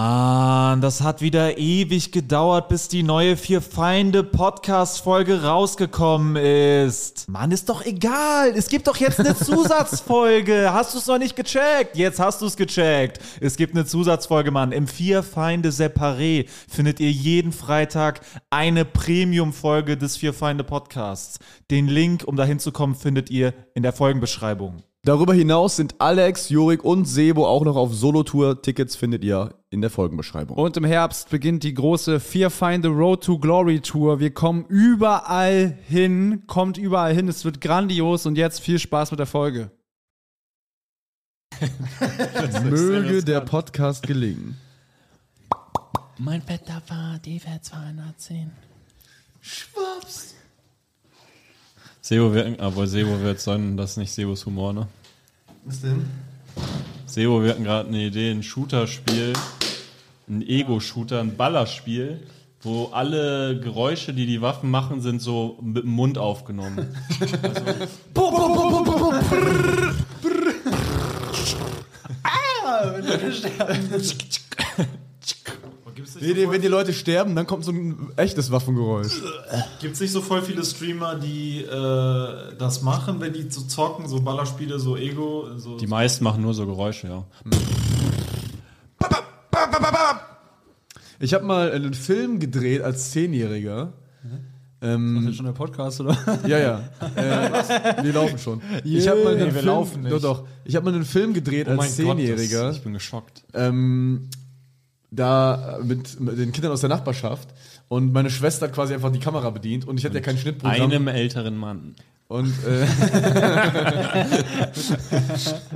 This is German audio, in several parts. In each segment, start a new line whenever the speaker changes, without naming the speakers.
Mann, das hat wieder ewig gedauert, bis die neue Vier Feinde Podcast Folge rausgekommen ist. Mann, ist doch egal. Es gibt doch jetzt eine Zusatzfolge. Hast du es noch nicht gecheckt? Jetzt hast du es gecheckt. Es gibt eine Zusatzfolge, Mann. Im Vier Feinde Separé findet ihr jeden Freitag eine Premium Folge des Vier Feinde Podcasts. Den Link, um dahin zu kommen, findet ihr in der Folgenbeschreibung.
Darüber hinaus sind Alex, Jurik und Sebo auch noch auf Solo-Tour. Tickets findet ihr in der Folgenbeschreibung.
Und im Herbst beginnt die große Fear Find the Road to Glory Tour. Wir kommen überall hin, kommt überall hin. Es wird grandios und jetzt viel Spaß mit der Folge.
Möge der Podcast gelingen.
Mein fetter Part, die wird 210.
Sebo wird, aber Sebo wird sonnen, das ist nicht Sebos Humor, ne? Was denn? Sebo, wir hatten gerade eine Idee, ein Shooter-Spiel, ein Ego-Shooter, ein Ballerspiel, wo alle Geräusche, die die Waffen machen, sind so mit dem Mund aufgenommen.
Nee, nee, wenn die Leute sterben, dann kommt so ein echtes Waffengeräusch.
Gibt es nicht so voll viele Streamer, die äh, das machen, wenn die so zocken, so Ballerspiele, so Ego, so.
Die meisten machen nur so Geräusche, ja.
Ich habe mal einen Film gedreht als Zehnjähriger. Ähm,
Schon der Podcast, oder? Oh
Ja, ja. Äh, wir laufen schon. Ich habe mal einen Film,
laufen nicht. Oh
Doch, doch. Ich habe mal einen Film gedreht als Zehnjähriger.
das- ich bin geschockt.
ähm, da mit, mit den Kindern aus der Nachbarschaft und meine Schwester hat quasi einfach die Kamera bedient und ich hatte ja kein Schnittprogramm.
Einem älteren Mann.
Und, äh,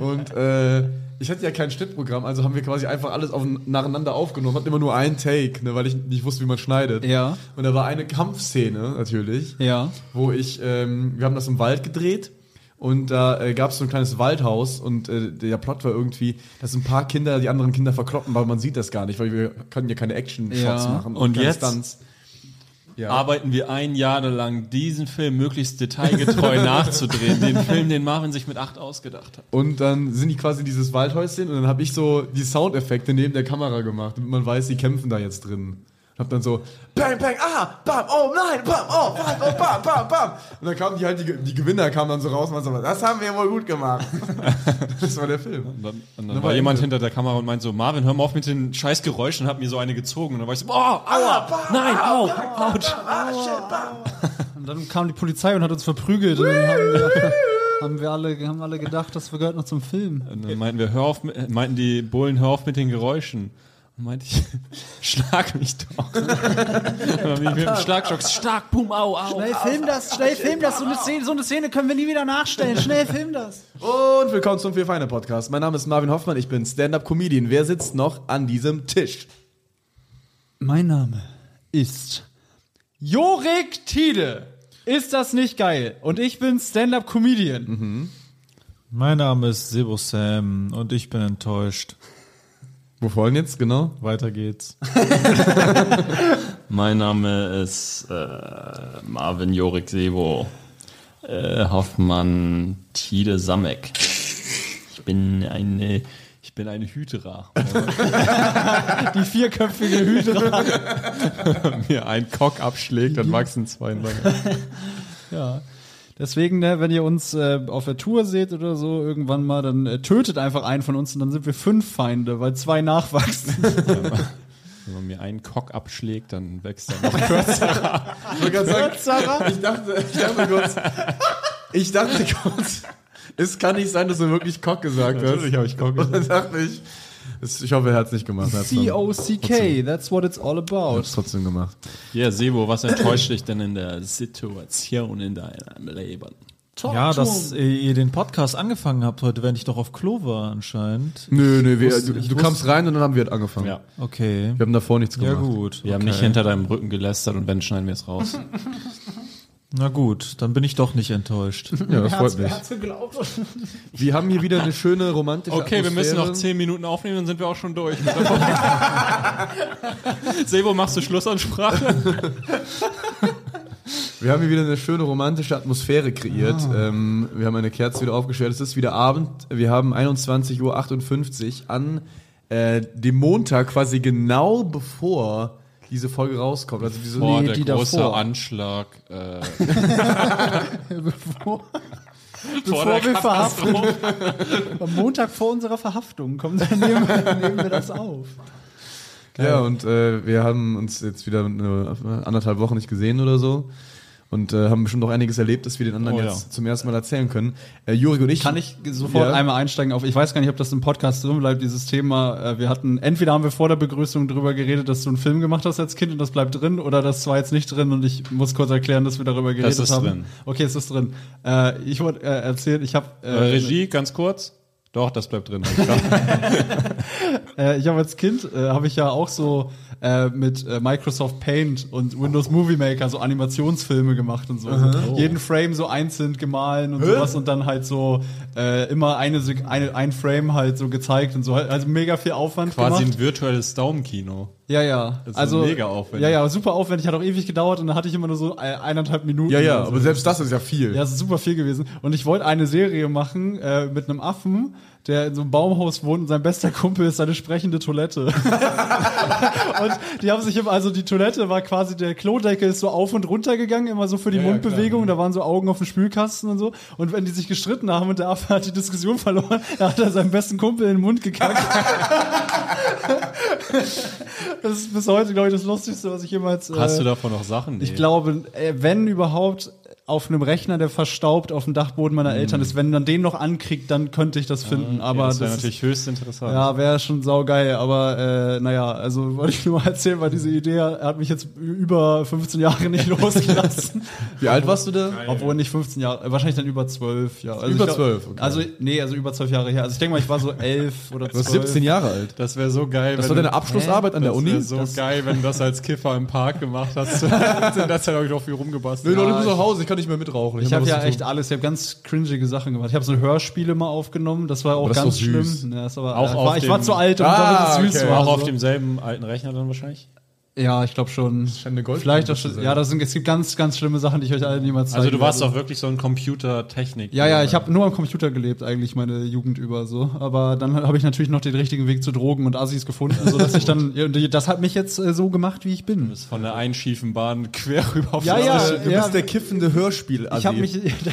und äh, ich hatte ja kein Schnittprogramm, also haben wir quasi einfach alles auf, nacheinander aufgenommen, hatten immer nur einen Take, ne, weil ich nicht wusste, wie man schneidet.
Ja.
Und da war eine Kampfszene natürlich
Ja.
wo ich, ähm, wir haben das im Wald gedreht und da äh, gab es so ein kleines Waldhaus und äh, der Plot war irgendwie, dass ein paar Kinder die anderen Kinder verkloppen, weil man sieht das gar nicht, weil wir können ja keine Action-Shots
Ja.
machen.
Und
keine
jetzt?
Ja.
Arbeiten wir ein Jahr lang, diesen Film möglichst detailgetreu nachzudrehen. Den Film, den Marvin sich mit acht ausgedacht hat.
Und dann sind die quasi in dieses Waldhäuschen und dann habe ich so die Soundeffekte neben der Kamera gemacht, damit man weiß, die kämpfen da jetzt drin. Und hab dann so Bang, bang, ah, bam, oh nein, bam, oh, bam, oh, bam, bam, bam. Und dann kamen die halt, die, die Gewinner kamen dann so raus und waren so, das haben wir wohl gut gemacht. das war der Film.
Und dann, und
Na,
dann
war
war jemand
Ende.
hinter der Kamera und meint so, Marvin, hör mal auf mit den scheiß Geräuschen, hat mir so eine gezogen. Und dann war ich so, oh, aua, nein, au, ouch.
Und dann kam die Polizei und hat uns verprügelt. Und dann haben wir, haben wir alle, haben alle gedacht, das gehört noch zum Film.
Und dann meinten wir, hör auf, mit- äh, meinten die Bullen, hör auf mit den Geräuschen. Und meinte ich, schlag mich doch. und dann bin ich mit dem Schlagschock, stark, boom, au, au.
Schnell film das, schnell film das. So eine Szene, so eine Szene können wir nie wieder nachstellen. Schnell film das.
Und willkommen zum Vier Feine Podcast. Mein Name ist Marvin Hoffmann, ich bin Stand-Up-Comedian. Wer sitzt noch an diesem Tisch?
Mein Name ist Jorik Tiede. Ist das nicht geil? Und ich bin Stand-Up-Comedian.
Mein Name ist Sebo Sam und ich bin enttäuscht.
Wo wollen jetzt genau?
Weiter geht's.
Mein Name ist äh, Marvin Jorik Sebo äh, Hoffmann Tide Samek. Ich bin eine, ich bin eine Hydra.
Die vierköpfige Hüte.
Wenn mir ein Cock abschlägt, dann wachsen zwei in meiner-
ja. Deswegen, ne, wenn ihr uns äh, auf der Tour seht oder so irgendwann mal, dann äh, tötet einfach einen von uns und dann sind wir fünf Feinde, weil zwei nachwachsen.
Wenn man mir einen Cock abschlägt, dann wächst er noch.
Ich wollte gerade sagen, ich dachte, ich dachte kurz, ich dachte kurz, es kann nicht sein, dass du wirklich Cock gesagt hast. Natürlich habe ich Cock gesagt. Und dann dachte ich, es- ich hoffe, er hat es nicht gemacht. Er hat's dann-
C-O-C-K, that's what it's all
er
about.
hat's trotzdem gemacht.
Ja, Sebo, was enttäuscht dich denn in der Situation in deinem Leben?
Ja, dass äh, ihr den Podcast angefangen habt heute, während ich doch auf Klo war anscheinend.
Nö, nö, wir,
Wusste-
du,
ich
du kamst rein und dann haben wir angefangen.
Ja.
Okay.
Wir haben davor nichts
Ja
gemacht.
gut.
Wir haben nicht hinter deinem Rücken gelästert und wenn, schneiden wir es raus.
Na gut, dann bin ich doch nicht enttäuscht.
Ja, das freut mich. Wir haben hier wieder eine schöne romantische
Okay, wir müssen noch
Atmosphäre.
10 Minuten aufnehmen, dann sind wir auch schon durch. Sebo, machst du Schlussansprache?
Wir haben hier wieder eine schöne romantische Atmosphäre kreiert.
Ah.
Ähm, wir haben eine Kerze wieder aufgestellt. Es ist wieder Abend. Wir haben 21.58 Uhr an äh, dem Montag quasi genau bevor diese Folge rauskommt. Also diese
Boah,
Nee,
der
die
große
davor.
Anschlag. Äh,
Bevor,
vor
bevor
der
wir verhaften.
Katastrophe.
Am Montag vor unserer Verhaftung kommen, dann nehmen, wir- nehmen wir das auf.
Ja, und äh, wir haben uns jetzt wieder eine, anderthalb Wochen nicht gesehen oder so. Und äh, haben bestimmt noch einiges erlebt, dass wir den anderen
Oh, ja.
jetzt zum ersten Mal erzählen können. Äh, Juri und ich.
Kann ich sofort
Ja.
einmal einsteigen auf, ich weiß gar nicht, ob das im Podcast drin bleibt, dieses Thema. Äh, Wir hatten, entweder haben wir vor der Begrüßung drüber geredet, dass du einen Film gemacht hast als Kind und das bleibt drin, oder das war jetzt nicht drin und ich muss kurz erklären, dass wir darüber geredet
ist
haben.
drin.
Okay, es ist drin. Äh, Ich wollte äh, erzählen, ich habe
Äh, Regie, ganz kurz. Doch, das bleibt drin.
Äh, ich habe als Kind, äh, habe ich ja auch so äh, mit äh, Microsoft Paint und Windows Movie Maker so Animationsfilme gemacht und so.
Oh.
Also jeden Frame so einzeln gemahlen und sowas und dann halt so äh, immer eine, Sek- eine, ein Frame halt so gezeigt und so. Also mega viel Aufwand
Quasi
gemacht.
ein virtuelles Daumenkino.
Ja, ja.
ist
Also
mega aufwendig.
Ja, ja, super aufwendig. Hat auch ewig gedauert und dann hatte ich immer nur so äh, eineinhalb Minuten.
ja, ja,
oder so.
aber selbst das ist ja viel.
Ja, es ist super viel gewesen. Und ich wollte eine Serie machen äh, mit einem Affen, der in so einem Baumhaus wohnt und sein bester Kumpel ist seine sprechende Toilette. und die haben sich immer, also die Toilette war quasi, der Klodeckel ist so auf und runter gegangen, immer so für die Mundbewegung. da waren so Augen auf dem Spülkasten und so. Und wenn die sich gestritten haben und der Affe hat die Diskussion verloren, da hat er seinem besten Kumpel in den Mund gekackt. das ist bis heute, glaube ich, das Lustigste, was ich jemals. äh,
Hast du davon noch Sachen?
ich glaube, äh, wenn überhaupt auf einem Rechner, der verstaubt auf dem Dachboden meiner
Mhm.
Eltern ist, wenn man den noch ankriegt, dann könnte ich das
Ah,
finden. aber
das
das,
wäre
ist,
natürlich höchst interessant.
ja, wäre schon saugeil. Aber äh, naja, also wollte ich nur mal erzählen, weil diese Idee hat mich jetzt ü- über 15 Jahre nicht losgelassen.
Wie alt warst du da?
Obwohl nicht 15 Jahre, äh, wahrscheinlich dann über 12. Ja. Also
Über
ich glaub-
12, okay.
Also nee, also über 12 Jahre her. Also ich denke mal, ich war so 11 oder 12.
Du warst 17 Jahre alt.
Das wäre so geil.
Das
wenn
war deine
du-
Abschlussarbeit an der
das
Uni?
wär so geil, wenn du das als Kiffer im Park gemacht hast. In der Zeit habe ich doch viel rumgebastelt.
Nö, Leute, ich muss nach Hause, ich kann nicht mehr mitrauchen.
Ich habe
was
ja
zu tun.
echt alles, ich habe ganz cringige Sachen gemacht. Ich habe so Hörspiele mal aufgenommen, das war auch
das ist
ganz
doch süß.
schlimm. Ja, das war,
Auch
ich,
auf
war, ich war
dem-
zu alt, um
Ah,
damit es süß
okay.
war.
Auch auf
so.
demselben alten Rechner dann wahrscheinlich?
ja, ich glaube schon.
scheint eine Goldgrube
Vielleicht auch
zu
schon.
sein.
Ja, das sind, es gibt ganz, ganz schlimme Sachen, die ich euch allen niemals zeigen
Also du warst
werde.
doch wirklich so ein Computertechnik.
Ja, ja, ich habe nur am Computer gelebt eigentlich meine Jugend über so. Aber dann habe ich natürlich noch den richtigen Weg zu Drogen und Assis gefunden, sodass ich dann, ja, und das hat mich jetzt äh, so gemacht, wie ich bin.
Bist von der einen schiefen Bahn quer rüber auf
Ja,
die
ja,
andere.
Du bist der kiffende Hörspiel.
ich habe mich,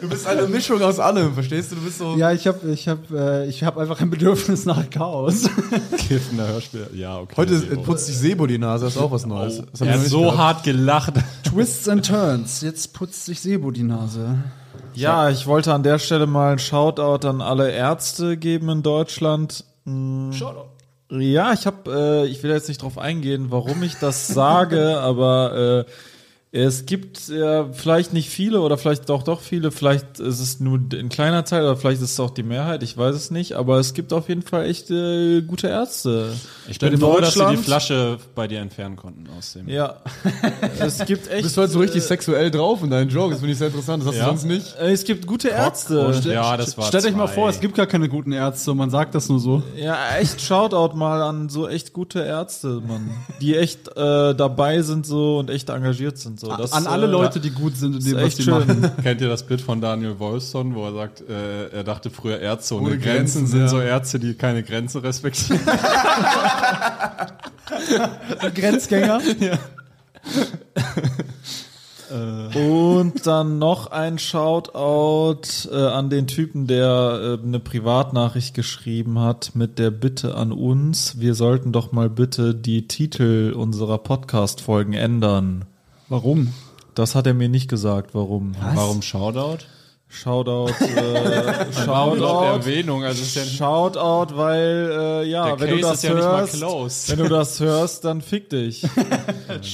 du bist eine Mischung aus allem, verstehst du? Du bist so.
ja, ich habe, ich habe, äh, ich habe einfach ein Bedürfnis nach Chaos.
kiffender Hörspiel. Ja, okay.
Heute
Sebo.
äh, putzt sich Sebo die Nase, das ist auch was Neues. Das hab ich
er
noch
hat
nicht
so
gehabt.
hart gelacht.
Twists and Turns. Jetzt putzt sich Sebo die Nase.
Ja, ich wollte an der Stelle mal einen Shoutout an alle Ärzte geben in Deutschland. Shoutout. Ja, ich habe, äh, ich will jetzt nicht drauf eingehen, warum ich das sage, aber äh, es gibt äh, vielleicht nicht viele oder vielleicht doch doch viele, vielleicht ist es nur ein kleiner Teil oder vielleicht ist es auch die Mehrheit, ich weiß es nicht, aber es gibt auf jeden Fall echt äh, gute Ärzte.
Ich bin
In
froh, dass sie die
Deutschland-
Flasche bei dir entfernen konnten aus dem.
Ja, es gibt echt.
bist du halt so richtig
äh,
sexuell drauf in deinen Jokes, finde ich sehr interessant. Das hast
Ja.
du sonst nicht.
äh, es gibt gute Ärzte.
Und, ja, das war
Stellt euch mal
zwei.
vor, es gibt gar keine guten Ärzte und man sagt das nur so.
Ja, echt Shoutout mal an so echt gute Ärzte, Mann. Die echt äh, dabei sind so und echt engagiert sind. So. Das,
An alle
äh,
Leute, die gut sind in
ist
dem, was
echt
sie
schön.
machen.
Kennt ihr das Bild von Daniel Wolfson, wo er sagt, äh, er dachte früher Ärzte ohne
Ohne Grenzen,
Grenzen, sind
ja.
so Ärzte, die keine Grenze respektieren.
Grenzgänger.
Und dann noch ein Shoutout äh, an den Typen, der äh, eine Privatnachricht geschrieben hat mit der Bitte an uns, wir sollten doch mal bitte die Titel unserer Podcast-Folgen ändern.
Warum?
Das hat er mir nicht gesagt, warum.
Warum Shoutout?
Shoutout, äh, Shoutout.
Erwähnung, also es ist ja nicht
Shoutout, weil äh, ja,
Der
wenn du
Case
das
ist ja nicht mal
hörst,
closed.
wenn du das hörst, dann fick dich.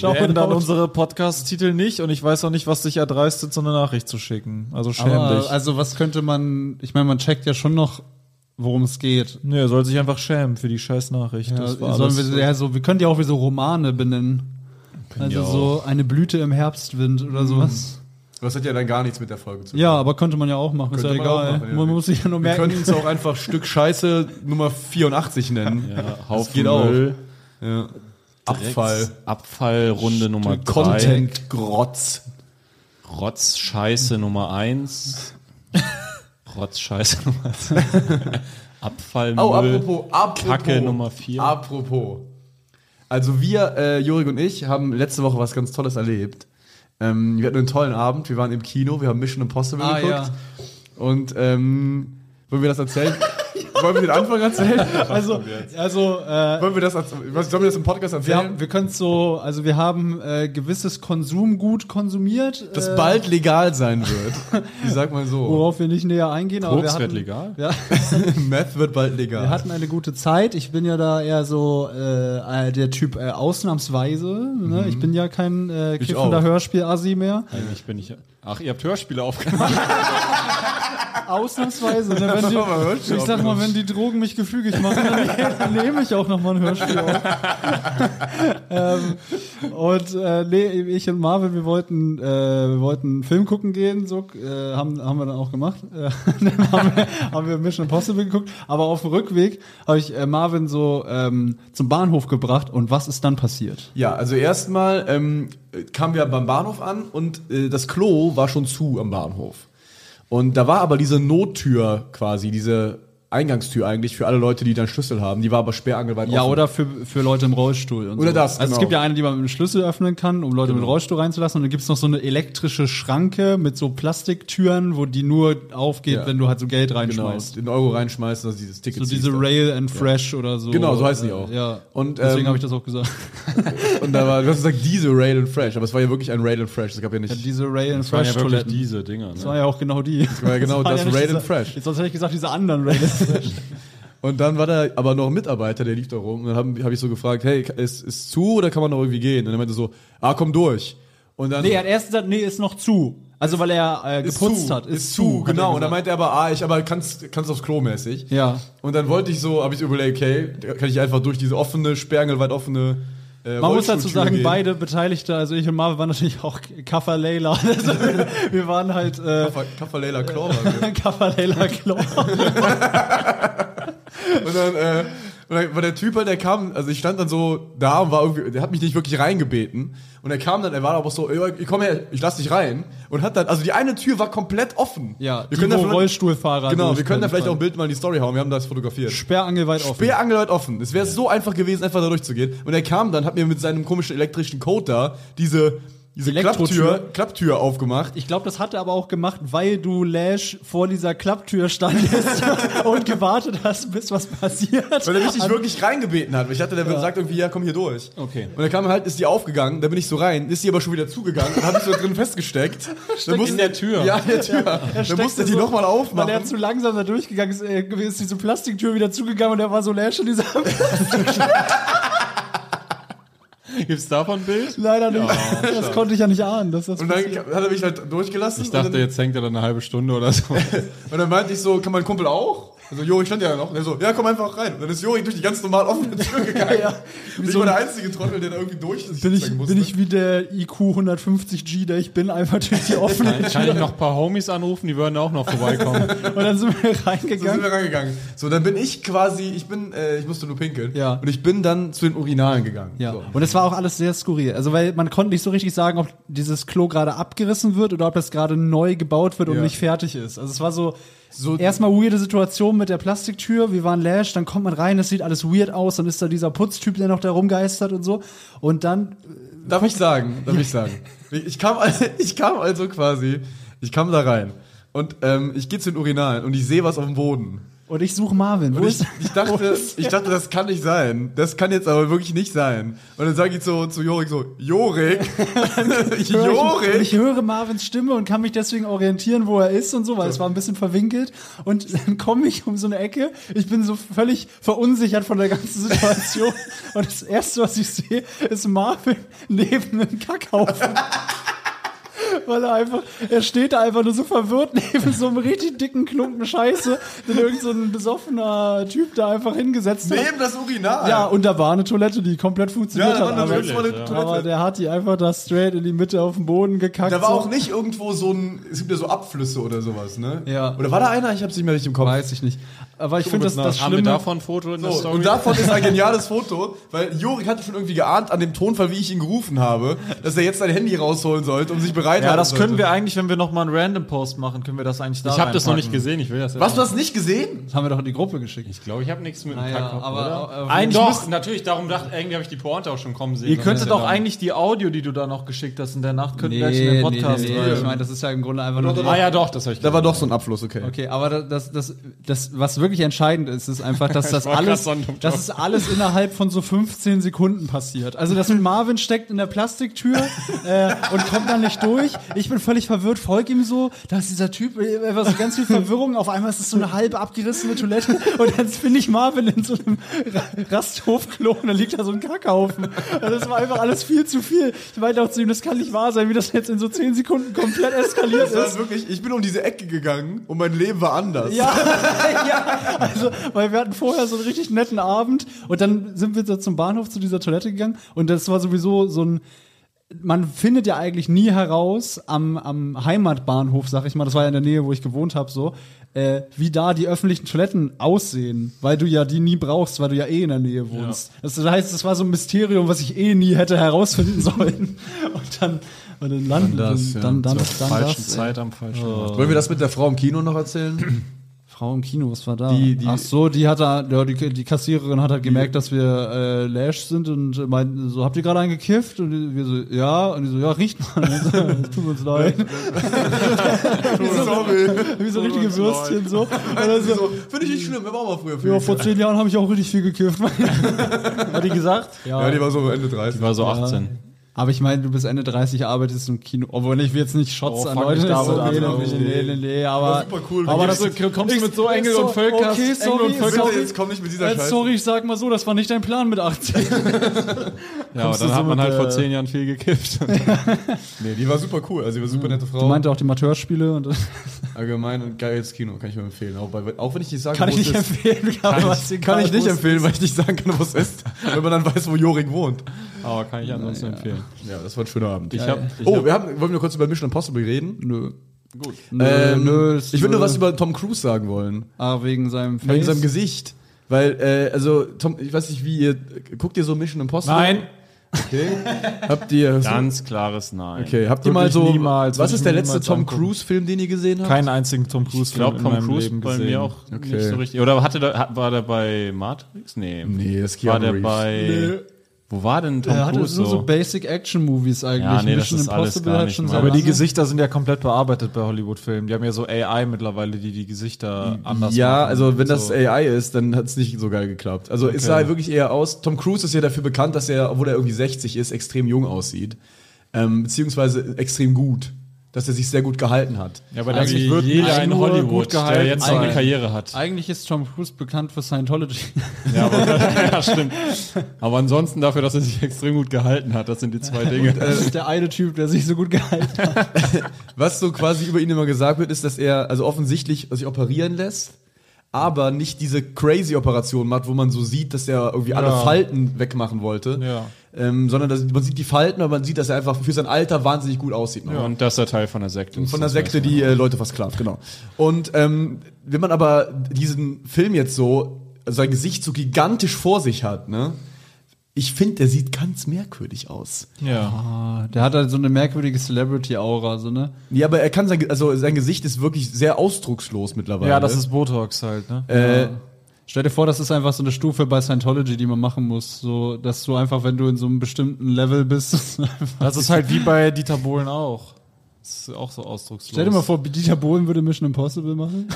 Wir ändern unsere Podcast-Titel nicht und ich weiß auch nicht, was dich erdreistet, so eine Nachricht zu schicken. Also schäm
Aber,
dich.
also was könnte man, ich meine, man checkt ja schon noch, worum es geht.
Nö, er soll sich einfach schämen für die scheiß Nachricht.
Ja,
das äh, war
sollen
alles.
wir, ja, so, wir können die auch wie so Romane benennen. Also so eine Blüte im Herbstwind
Mhm.
oder sowas.
Das hat ja dann gar nichts mit der Folge zu tun.
Ja, aber könnte man ja auch machen, ist ja
Könnte man auch
egal.
machen, ja.
man muss sich ja nur
Wir
merken.
könnten es auch einfach Stück Scheiße Nummer 84 nennen.
ja, Haufen
geht auch.
Müll,
Ja. Abfall.
Abfallrunde Nummer 3,
Content-Grotz.
Rotzscheiße Nummer 1,
Rotzscheiße Nummer Abfall,
Oh,
Müll,
apropos, apropos.
Kacke Nummer 4.
Apropos. Also wir, äh, Jurik und ich, haben letzte Woche was ganz Tolles erlebt. Ähm, wir hatten einen tollen Abend, wir waren im Kino, wir haben Mission Impossible
Ah,
geguckt.
ja.
Und ähm, wollen wir das erzählen? wollen wir den Anfang erzählen?
Also, also äh,
wollen wir das, als- was, sollen wir das im Podcast
wir,
erzählen?
haben- wir können so, also wir haben äh, gewisses Konsumgut konsumiert.
das
äh,
bald legal sein wird. Ich sag mal so.
Worauf wir nicht näher eingehen, aber wir
Koks
hatten,
wird legal.
Ja,
Meth wird bald legal.
wir hatten eine gute Zeit. Ich bin ja da eher so äh, äh, der Typ äh, ausnahmsweise. Ne? Ich bin ja kein äh, kiffender
Mhm. auch.
Hörspiel-Assi mehr.
Eigentlich bin ich. Ach, ihr habt Hörspiele aufgemacht.
Ausnahmsweise. Ne? Wenn die, ich sag mal, wenn die Drogen mich gefügig machen, dann nehme ich auch nochmal ein Hörspiel auf. ähm, und äh, nee, ich und Marvin, wir wollten, äh, wir wollten einen Film gucken gehen, so, äh, haben, haben wir dann auch gemacht. Äh, dann haben wir, haben wir Mission Impossible geguckt, aber auf dem Rückweg habe ich äh, Marvin so ähm, zum Bahnhof gebracht und was ist dann passiert?
Ja, also erstmal ähm, kamen wir beim Bahnhof an und äh, das Klo war schon zu am Bahnhof. Und da war aber diese Nottür quasi, diese Eingangstür eigentlich für alle Leute, die dann Schlüssel haben. Die war aber sperrangelweit
Ja,
offen.
oder für, für Leute im Rollstuhl. Und
Oder
so.
das,
Also es
genau.
gibt ja eine, die man mit einem Schlüssel öffnen kann, um Leute mit Rollstuhl reinzulassen. Und dann gibt's noch so eine elektrische Schranke mit so Plastiktüren, wo die nur aufgeht,
Ja.
wenn du halt so Geld
Genau,
reinschmeißt.
den Euro reinschmeißen, also dieses Ticket.
So
ziehst
diese
du.
Rail and Fresh oder so.
Genau, so heißen die
Äh,
auch.
Ja.
Und,
deswegen
ähm,
habe ich das auch gesagt.
Und da war, du hast gesagt, diese Rail and Fresh, aber es war ja wirklich ein Rail and Fresh. Es gab ja nicht.
Ja, diese Rail and
waren
Fresh Toiletten.
diese
ne?
Dinger.
Das war ja auch genau die. Das
war ja genau
waren
das
nicht
Rail
diese-
and Fresh.
Jetzt sonst hätte ich gesagt, diese anderen Rail and Fresh.
Und dann war da aber noch ein Mitarbeiter, der lief da rum. Und dann habe hab ich so gefragt, hey, ist, ist zu oder kann man noch irgendwie gehen? Und er meinte so, ah, komm durch. Und dann
Nee, er hat erst gesagt, nee, ist noch zu. Also weil er äh,
Ist
geputzt
zu,
hat.
Ist zu,
hat er
genau. Und dann
gesagt.
meinte er aber, ah, ich aber kannst, kannst aufs Klo mäßig.
Ja.
Und dann wollte ich so, habe ich überlegt, okay, kann ich einfach durch diese offene, sperrangelweit offene. Äh,
Man muss dazu
Rollstuhltür
sagen,
gehen.
beide Beteiligte, also ich und Marvin waren natürlich auch Kaffer Leila. Also wir, wir waren halt äh,
Kaffa- Kaffalela Knorr waren wir.
Kaffer Leila Klopper.
Und dann, äh, und dann war der Typ halt, der kam, also ich stand dann so da und war irgendwie, der hat mich nicht wirklich reingebeten. Und er kam dann, er war aber so, ey, komm her, ich lass dich rein. Und hat dann, also die eine Tür war komplett offen. wir können da
wo
vielleicht,
Rollstuhlfahrer.
genau, wir
durch
können da vielleicht auch ein
können.
Bild mal in die Story hauen, wir haben das fotografiert.
Sperrangelweit offen.
Speerangelweit offen. Es wäre so einfach gewesen, einfach da durchzugehen. Und er kam dann, hat mir mit seinem komischen elektrischen Code da diese, diese
Elektrotür.
Klapptür, Klapptür aufgemacht.
Ich glaube, das hat er aber auch gemacht, weil du Lash vor dieser Klapptür standest und gewartet hast, bis was passiert. Also,
Weil er mich nicht wirklich reingebeten hat. Weil ich hatte, der sagt irgendwie, ja, komm hier durch.
Okay.
Und dann kam er halt, ist die aufgegangen, da bin ich so rein, ist die aber schon wieder zugegangen und hab ich so drin festgesteckt. Dann musste,
in der Tür.
Ja, in der Tür. dann musste die nochmal
Weil er
aufmachen.
zu langsam da durchgegangen ist, äh, ist diese Plastiktür wieder zugegangen und er war so Lash in dieser.
Gibt's davon ein Bild?
Leider nicht. das konnte ich ja nicht ahnen, dass das
Und dann hat er mich halt durchgelassen.
Ich dachte,
und,
jetzt hängt er dann eine halbe Stunde oder so.
dann, und dann meinte ich so, kann mein Kumpel auch? Also, Jorik stand ja noch. Und er so, ja, komm einfach rein. Und dann ist Jorik durch die ganz normal offene Tür gegangen. Und ich war der einzige Trottel, der da irgendwie durch sich
Bin ich,
zeigen ne?
bin ich wie der IQ 150G, der ich bin, einfach durch die offene
Kann ich
Tür.
noch ein paar Homies anrufen, die würden auch noch vorbeikommen.
Und dann sind wir
So sind
reingegangen.
wir rangegangen. So, dann bin ich quasi, ich bin, äh, ich musste nur pinkeln.
Ja.
Und ich bin dann zu den Urinalen gegangen.
Ja.
So.
Und es war auch alles sehr skurril. Also, weil man konnte nicht so richtig sagen, ob dieses Klo gerade abgerissen wird oder ob das gerade neu gebaut wird und
Ja.
nicht fertig ist. Also, es war so,
So-
erstmal weirde Situation mit der Plastiktür. Wir waren Lash, dann kommt man rein, es sieht alles weird aus, dann ist da dieser Putztyp, der noch da rumgeistert und so. Und dann,
Darf ich sagen, darf ich sagen. Ich ich kam, also, ich kam also quasi, ich kam da rein. Und ähm, ich gehe zu den Urinalen und ich sehe was auf dem Boden.
und ich suche Marvin. Wo
Und ich,
ist,
ich, dachte, ich dachte, das kann nicht sein. Das kann jetzt aber wirklich nicht sein. Und dann sage ich so zu Jorik so, Jorik,
Und
Jorik.
ich höre Marvins Stimme und kann mich deswegen orientieren, wo er ist und so, weil es war ein bisschen verwinkelt. Und dann komme ich um so eine Ecke. Ich bin so völlig verunsichert von der ganzen Situation. und das Erste, was ich sehe, ist Marvin neben einem Kackhaufen. Weil er einfach, er steht da einfach nur so verwirrt neben so einem richtig dicken Klumpen Scheiße, den irgend so ein besoffener Typ da einfach hingesetzt hat.
Neben das Urinal.
Ja, und da war eine Toilette, die komplett funktioniert
Ah, Ja, da
hat.
war eine
aber-
ganz volle Toilette.
aber der hat die einfach da straight in die Mitte auf den Boden gekackt.
Da war
so.
auch nicht irgendwo so ein, es gibt ja so Abflüsse oder sowas, ne?
Ja.
Oder war da einer? Ich hab's nicht mehr richtig im Kopf.
Weiß ich nicht. Aber ich finde das, das
Haben wir
Schlimme.
davon ein Foto in der
So,
Story?
und davon ist ein geniales Foto, weil Jorik hatte schon irgendwie geahnt an dem Tonfall, wie ich ihn gerufen habe, dass er jetzt sein Handy rausholen sollte, um sich bereit
Ja,
werden
das können
sollte.
wir eigentlich, wenn wir nochmal einen Random Post machen, können wir das eigentlich da
Ich habe das noch nicht
reinpacken.
gesehen, ich will das ja
Was,
auch-
du hast nicht gesehen?
Das haben wir doch in die Gruppe geschickt.
Ich glaube, ich habe nichts mit dem
Naja,
Kackhaufen,
aber-
oder?
Ah,
aber-
Eigentlich
Doch,
müsst-
natürlich, darum dachte irgendwie habe ich die Pointe auch schon kommen sehen.
Ihr könntet
Sonst hätte
auch
er-
eigentlich die Audio, die du da noch geschickt hast in der Nacht, könnten wir jetzt in den Podcast
Ich
rein.
meine, das ist ja im Grunde einfach nur.
Ah ja, doch, das habe ich
Da war doch so ein Abfluss, okay.
Okay, aber das, das, das, was wirklich entscheidend ist, ist einfach, dass das
war grad
alles,
so ein Dummkopf.
das ist alles innerhalb von so 15 Sekunden passiert. Also das Marvin steckt in der Plastiktür äh, und kommt dann nicht durch. Ich bin völlig verwirrt, folge ihm so. Da ist dieser Typ, äh, einfach so ganz viel Verwirrung. Auf einmal ist es so eine halb abgerissene Toilette und dann finde ich Marvin in so einem Ra- Rasthofklo und dann liegt da so ein Kackhaufen. Also das war einfach alles viel zu viel. Ich meinte auch zu ihm, das kann nicht wahr sein, wie das jetzt in so 10 Sekunden komplett eskaliert
Das war
ist.
wirklich, ich bin um diese Ecke gegangen und mein Leben war anders.
Ja, ja, also, weil wir hatten vorher so einen richtig netten Abend und dann sind wir so zum Bahnhof zu dieser Toilette gegangen und das war sowieso so ein, man findet ja eigentlich nie heraus am, am Heimatbahnhof, sag ich mal, das war ja in der Nähe, wo ich gewohnt habe, so, äh, wie da die öffentlichen Toiletten aussehen, weil du ja die nie brauchst, weil du ja eh in der Nähe wohnst. Das heißt, es war so ein Mysterium, was ich eh nie hätte herausfinden sollen. Und dann, und dann landen
das, ja.
dann, dann,
Zur
dann, dann
falschen
das.
Zeit am falschen Ort.
Wollen wir das mit der Frau im Kino noch erzählen?
Frau im Kino, was war da?
Die- die-
Ach so, die hat da, ja, die, die Kassiererin hat halt gemerkt, dass wir äh, Lash sind und meinten so, habt ihr gerade einen gekifft? Und die- wir so, ja. Und die so, ja, riecht man. Und so, Es tut uns leid. wie, so, wie so richtige Würstchen so. Oder so.
Finde ich nicht schlimm, wir waren auch mal früher viel.
Ja, vor zehn Jahren habe ich auch richtig viel gekifft. hat die gesagt?
Ja, die war so Ende 30.
Ich war so 18.
Aber ich meine, du bist Ende 30, arbeitest im Kino. Obwohl, ich will jetzt nicht Shots
Oh,
an
fang
Leute.
nicht damit
so,
an,
nee,
glaub
nee,
ich.
nee, nee, nee, aber,
super cool.
aber
Dann
das
gibst
kommst
du mit so Engel und Völkers-
Okay,
Engel
sorry,
und Völkers-
sorry.
Bitte, jetzt komm nicht mit dieser
äh,
Scheiße.
Sorry, ich sag mal so, das war nicht dein Plan mit 18.
Ja, aber
Kommst
dann
du so
hat man
mit,
halt
äh,
vor zehn Jahren viel gekifft.
Nee, die war super cool, also die war super nette Frau.
Du meinte auch Mhm. die Amateurspiele und
Allgemein ein geiles Kino, kann ich mir empfehlen. Auch, bei, auch wenn ich nicht sagen
kann
wo
ich nicht
es ist.
empfehlen.
Kann ich, kann ich nicht empfehlen, weil ich nicht sagen kann, wo es ist. wenn man dann weiß, wo Jorik wohnt.
aber kann ich ansonsten empfehlen.
Ja, das war ein schöner Abend.
Ich habe
oh, wir haben, wollen wir kurz über Mission Impossible reden? Nö. Gut. Ähm,
nö,
ich
ist
würde nur
nö.
was über Tom Cruise sagen wollen.
Ah, wegen seinem
Wegen
Face.
seinem Gesicht. Weil, äh, also, Tom, ich weiß nicht, wie ihr. Guckt ihr so Mission Impossible?
Nein.
Okay. Habt ihr.
Ganz klares Nein.
Okay, habt ihr mal
Wirklich
so.
niemals,
was
würd
ist
ich
der
mir
letzte
niemals
Tom
angucken.
Cruise-Film, den ihr gesehen habt?
Keinen einzigen Tom Cruise
Ich glaube,
in
Tom
meinem
Cruise
Leben
bei
gesehen.
mir auch
Okay.
nicht so richtig. Oder hatte der, hat- war der bei Matrix? Nee.
Nee, das ist
war
Keanu
der
Reeves.
bei. Wo war denn Tom
Äh, Er hatte nur
Cruise
so,
so?
Basic Action Movies eigentlich.
Ja, nee, das
Mission
ist alles
Impossible
gar
hat
nicht
schon
mein-
sehr
Aber die
lange.
Gesichter sind ja komplett bearbeitet bei Hollywood-Filmen. Die haben ja so AI mittlerweile, die die Gesichter anders
Ja,
machen.
also wenn das
So.
AI ist, dann hat's nicht so geil geklappt. Also es sah halt wirklich eher aus. Tom Cruise ist ja dafür bekannt, dass er, obwohl er irgendwie 60 ist, extrem jung aussieht. Ähm, beziehungsweise extrem gut. Dass er sich sehr gut gehalten hat.
ja, aber
Also
also
ich würd
jeder
mich
in
nur
Hollywood,
gut gehalten
der jetzt noch eine
eigentlich-
Karriere hat.
Eigentlich ist Tom Cruise bekannt für Scientology.
Ja, aber, ja, stimmt. Aber ansonsten dafür, dass er sich extrem gut gehalten hat, das sind die zwei Dinge.
Das ist der eine Typ, der sich so gut gehalten hat.
Was so quasi über ihn immer gesagt wird, ist, dass er also offensichtlich sich operieren lässt, aber nicht diese crazy Operation macht, wo man so sieht, dass er irgendwie alle
Ja.
Falten wegmachen wollte.
Ja.
Ähm, sondern dass, man sieht die Falten, aber man sieht, dass er einfach für sein Alter wahnsinnig gut aussieht. noch.
Und dass er Teil von der Sekte ist.
Von der
das weiß
Sekte, die äh, Leute versklavt, genau. Und ähm, wenn man aber diesen Film jetzt so, also sein Gesicht so gigantisch vor sich hat, ne? Ich finde, der sieht ganz merkwürdig aus.
Ja.
Ah, Der hat halt so eine merkwürdige Celebrity-Aura, so, ne?
Ja, aber er kann sein, Ge- also sein Gesicht ist wirklich sehr ausdruckslos mittlerweile.
ja, das ist Botox halt, ne?
Äh,
Ah. Stell dir vor, das ist einfach so eine Stufe bei Scientology, die man machen muss. So, dass du einfach, wenn du in so einem bestimmten Level bist.
Das ist halt wie bei Dieter Bohlen auch. Das ist auch so ausdruckslos.
Stell dir mal vor, Dieter Bohlen würde Mission Impossible machen.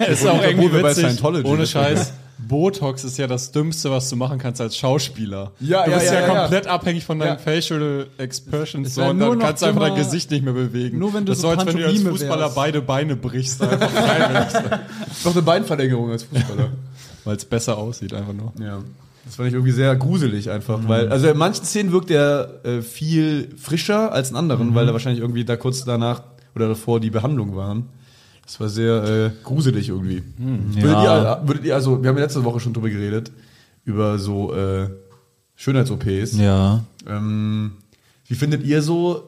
Es ist auch irgendwie
Obwohl wir bei
witzig,
Scientology
ohne
sind.
Scheiß. Botox ist ja das Dümmste, was du machen kannst als Schauspieler.
Ja,
du
ja,
bist
ja,
ja,
ja, ja.
komplett abhängig von
Ja.
deinen Facial Expressions
Es
so,
wär
und
nur
dann
noch
kannst du einfach dein
dümmer,
Gesicht nicht mehr bewegen.
nur wenn du
das
so
so, als wenn du als
Pantomime
Fußballer
wärst.
beide Beine brichst, einfach freiwillig.
Noch eine Beinverlängerung als Fußballer.
Weil es besser aussieht, einfach nur.
ja. Das fand ich irgendwie sehr gruselig einfach, weil, also in manchen Szenen wirkt er äh, viel frischer als in anderen, weil da wahrscheinlich irgendwie da kurz danach oder davor die Behandlung waren. Das war sehr äh, gruselig irgendwie. Würdet, ihr, würdet ihr, also, wir haben ja letzte Woche schon drüber geredet, über so äh, Schönheits-OPs.
ja.
Ähm, wie findet ihr so,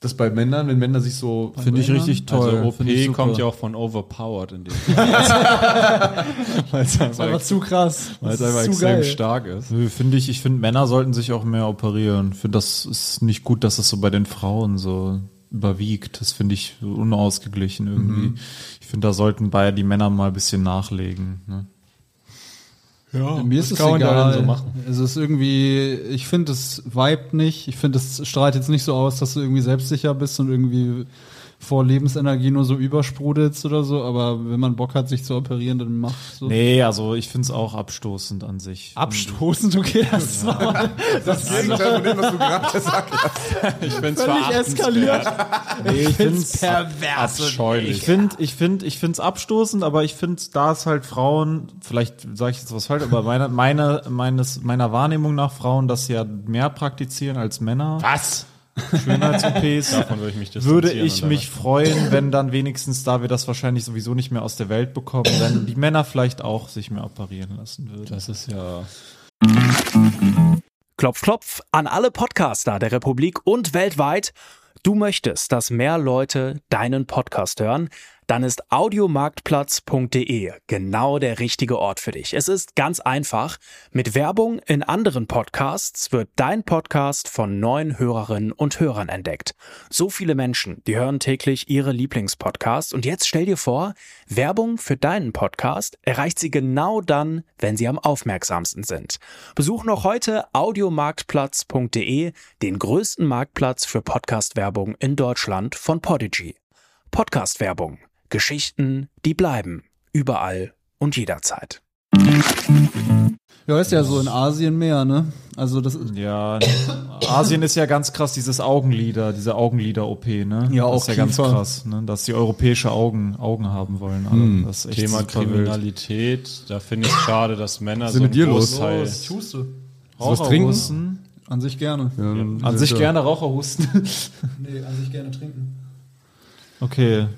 dass bei Männern, wenn Männer sich so.
Finde ich richtig toll.
Also OP
Finde ich super.
kommt ja auch von overpowered in dem Weil es
Das ist einfach
einfach,
zu krass.
weil
Das
es
ist
einfach
zu
extrem
geil.
stark ist.
Nö, Finde ich, ich finde, Männer sollten sich auch mehr operieren. Ich finde, das ist nicht gut, dass das so bei den Frauen so
überwiegt. Das finde ich unausgeglichen irgendwie. Ich finde, da sollten beide die Männer mal ein bisschen nachlegen. Ne?
Ja, mir ist
was
es
kann man da
egal.
denn so machen?
Es ist irgendwie, ich finde, es vibet nicht. Ich finde, es strahlt jetzt nicht so aus, dass du irgendwie selbstsicher bist und irgendwie vor Lebensenergie nur so übersprudelst oder so. Aber wenn man Bock hat, sich zu operieren, dann macht so.
Nee, also ich finde es auch abstoßend an sich.
Abstoßend, okay, das ist nochmal-
Das Gegenteil von dem, was du gerade gesagt hast.
Ich bin
völlig eskaliert.
Nee, ich finde es
Perverse.
Ich finde, ich finde, ich finde es abstoßend, aber ich finde, da es halt Frauen, vielleicht sage ich jetzt was falsch, aber meiner, meiner, meines, meiner Wahrnehmung nach Frauen das ja mehr praktizieren als Männer.
Was?
Schönheits-OPs.
Davon würde ich mich
Würde
distanzieren
ich
und
mich freuen, wenn dann wenigstens, da wir das wahrscheinlich sowieso nicht mehr aus der Welt bekommen, wenn die Männer vielleicht auch sich mehr operieren lassen würden.
Das ist ja.
Klopf, klopf an alle Podcaster der Republik und weltweit. Du möchtest, dass mehr Leute deinen Podcast hören? Dann ist audiomarktplatz.de genau der richtige Ort für dich. Es ist ganz einfach. Mit Werbung in anderen Podcasts wird dein Podcast von neuen Hörerinnen und Hörern entdeckt. So viele Menschen, die hören täglich ihre Lieblingspodcasts. Und jetzt stell dir vor, Werbung für deinen Podcast erreicht sie genau dann, wenn sie am aufmerksamsten sind. Besuch noch heute audiomarktplatz.de, den größten Marktplatz für Podcast-Werbung in Deutschland von Podigy. Podcast-Werbung. Geschichten, die bleiben. Überall und jederzeit.
Ja, ist ja so in Asien mehr, ne? Also das
Ja, Asien ist ja ganz krass, dieses Augenlider, diese Augenlider-OP, ne?
Ja,
das
auch
ist ja ganz
Kiefer.
krass, ne? Dass die europäische Augen, Augen haben wollen. alle. das ist echt
Hm, Thema
super wild.
Kriminalität, da finde ich es schade, dass Männer
ist
so
mit
einen
dir los?
Großteil.
ich huste.
Was trinken?
Raucherhusten.
An sich gerne.
An sich gerne Raucherhusten.
Nee, an sich gerne trinken.
Okay.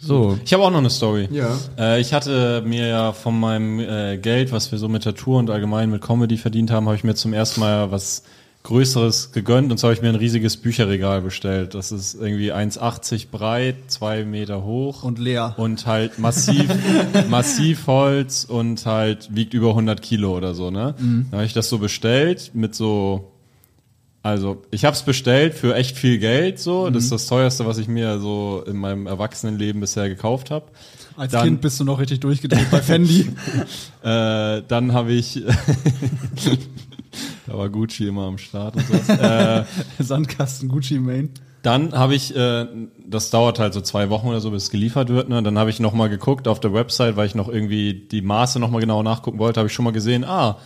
So.
Ich habe auch noch eine Story.
Ja.
Äh, ich hatte mir ja von meinem äh, Geld, was wir so mit der Tour und allgemein mit Comedy verdient haben, habe ich mir zum ersten Mal was Größeres gegönnt. Und zwar habe ich mir ein riesiges Bücherregal bestellt. Das ist irgendwie 1,80 breit, 2 Meter hoch.
Und leer.
Und halt massiv, massiv Holz und halt wiegt über 100 Kilo oder so, ne?
Mhm.
Dann habe ich das so bestellt mit so also, ich habe es bestellt für echt viel Geld, so.
Mhm.
Das ist das teuerste, was ich mir so in meinem Erwachsenenleben bisher gekauft habe.
Als
Dann-
Kind bist du noch richtig durchgedreht bei Fendi.
Äh, dann habe ich. da war Gucci immer am Start und sowas.
Sandkasten Gucci Mane.
Dann habe ich, äh, das dauert halt so zwei Wochen oder so, bis es geliefert wird. Ne? Dann habe ich nochmal geguckt auf der Website, weil ich noch irgendwie die Maße nochmal genau nachgucken wollte, habe ich schon mal gesehen, ah,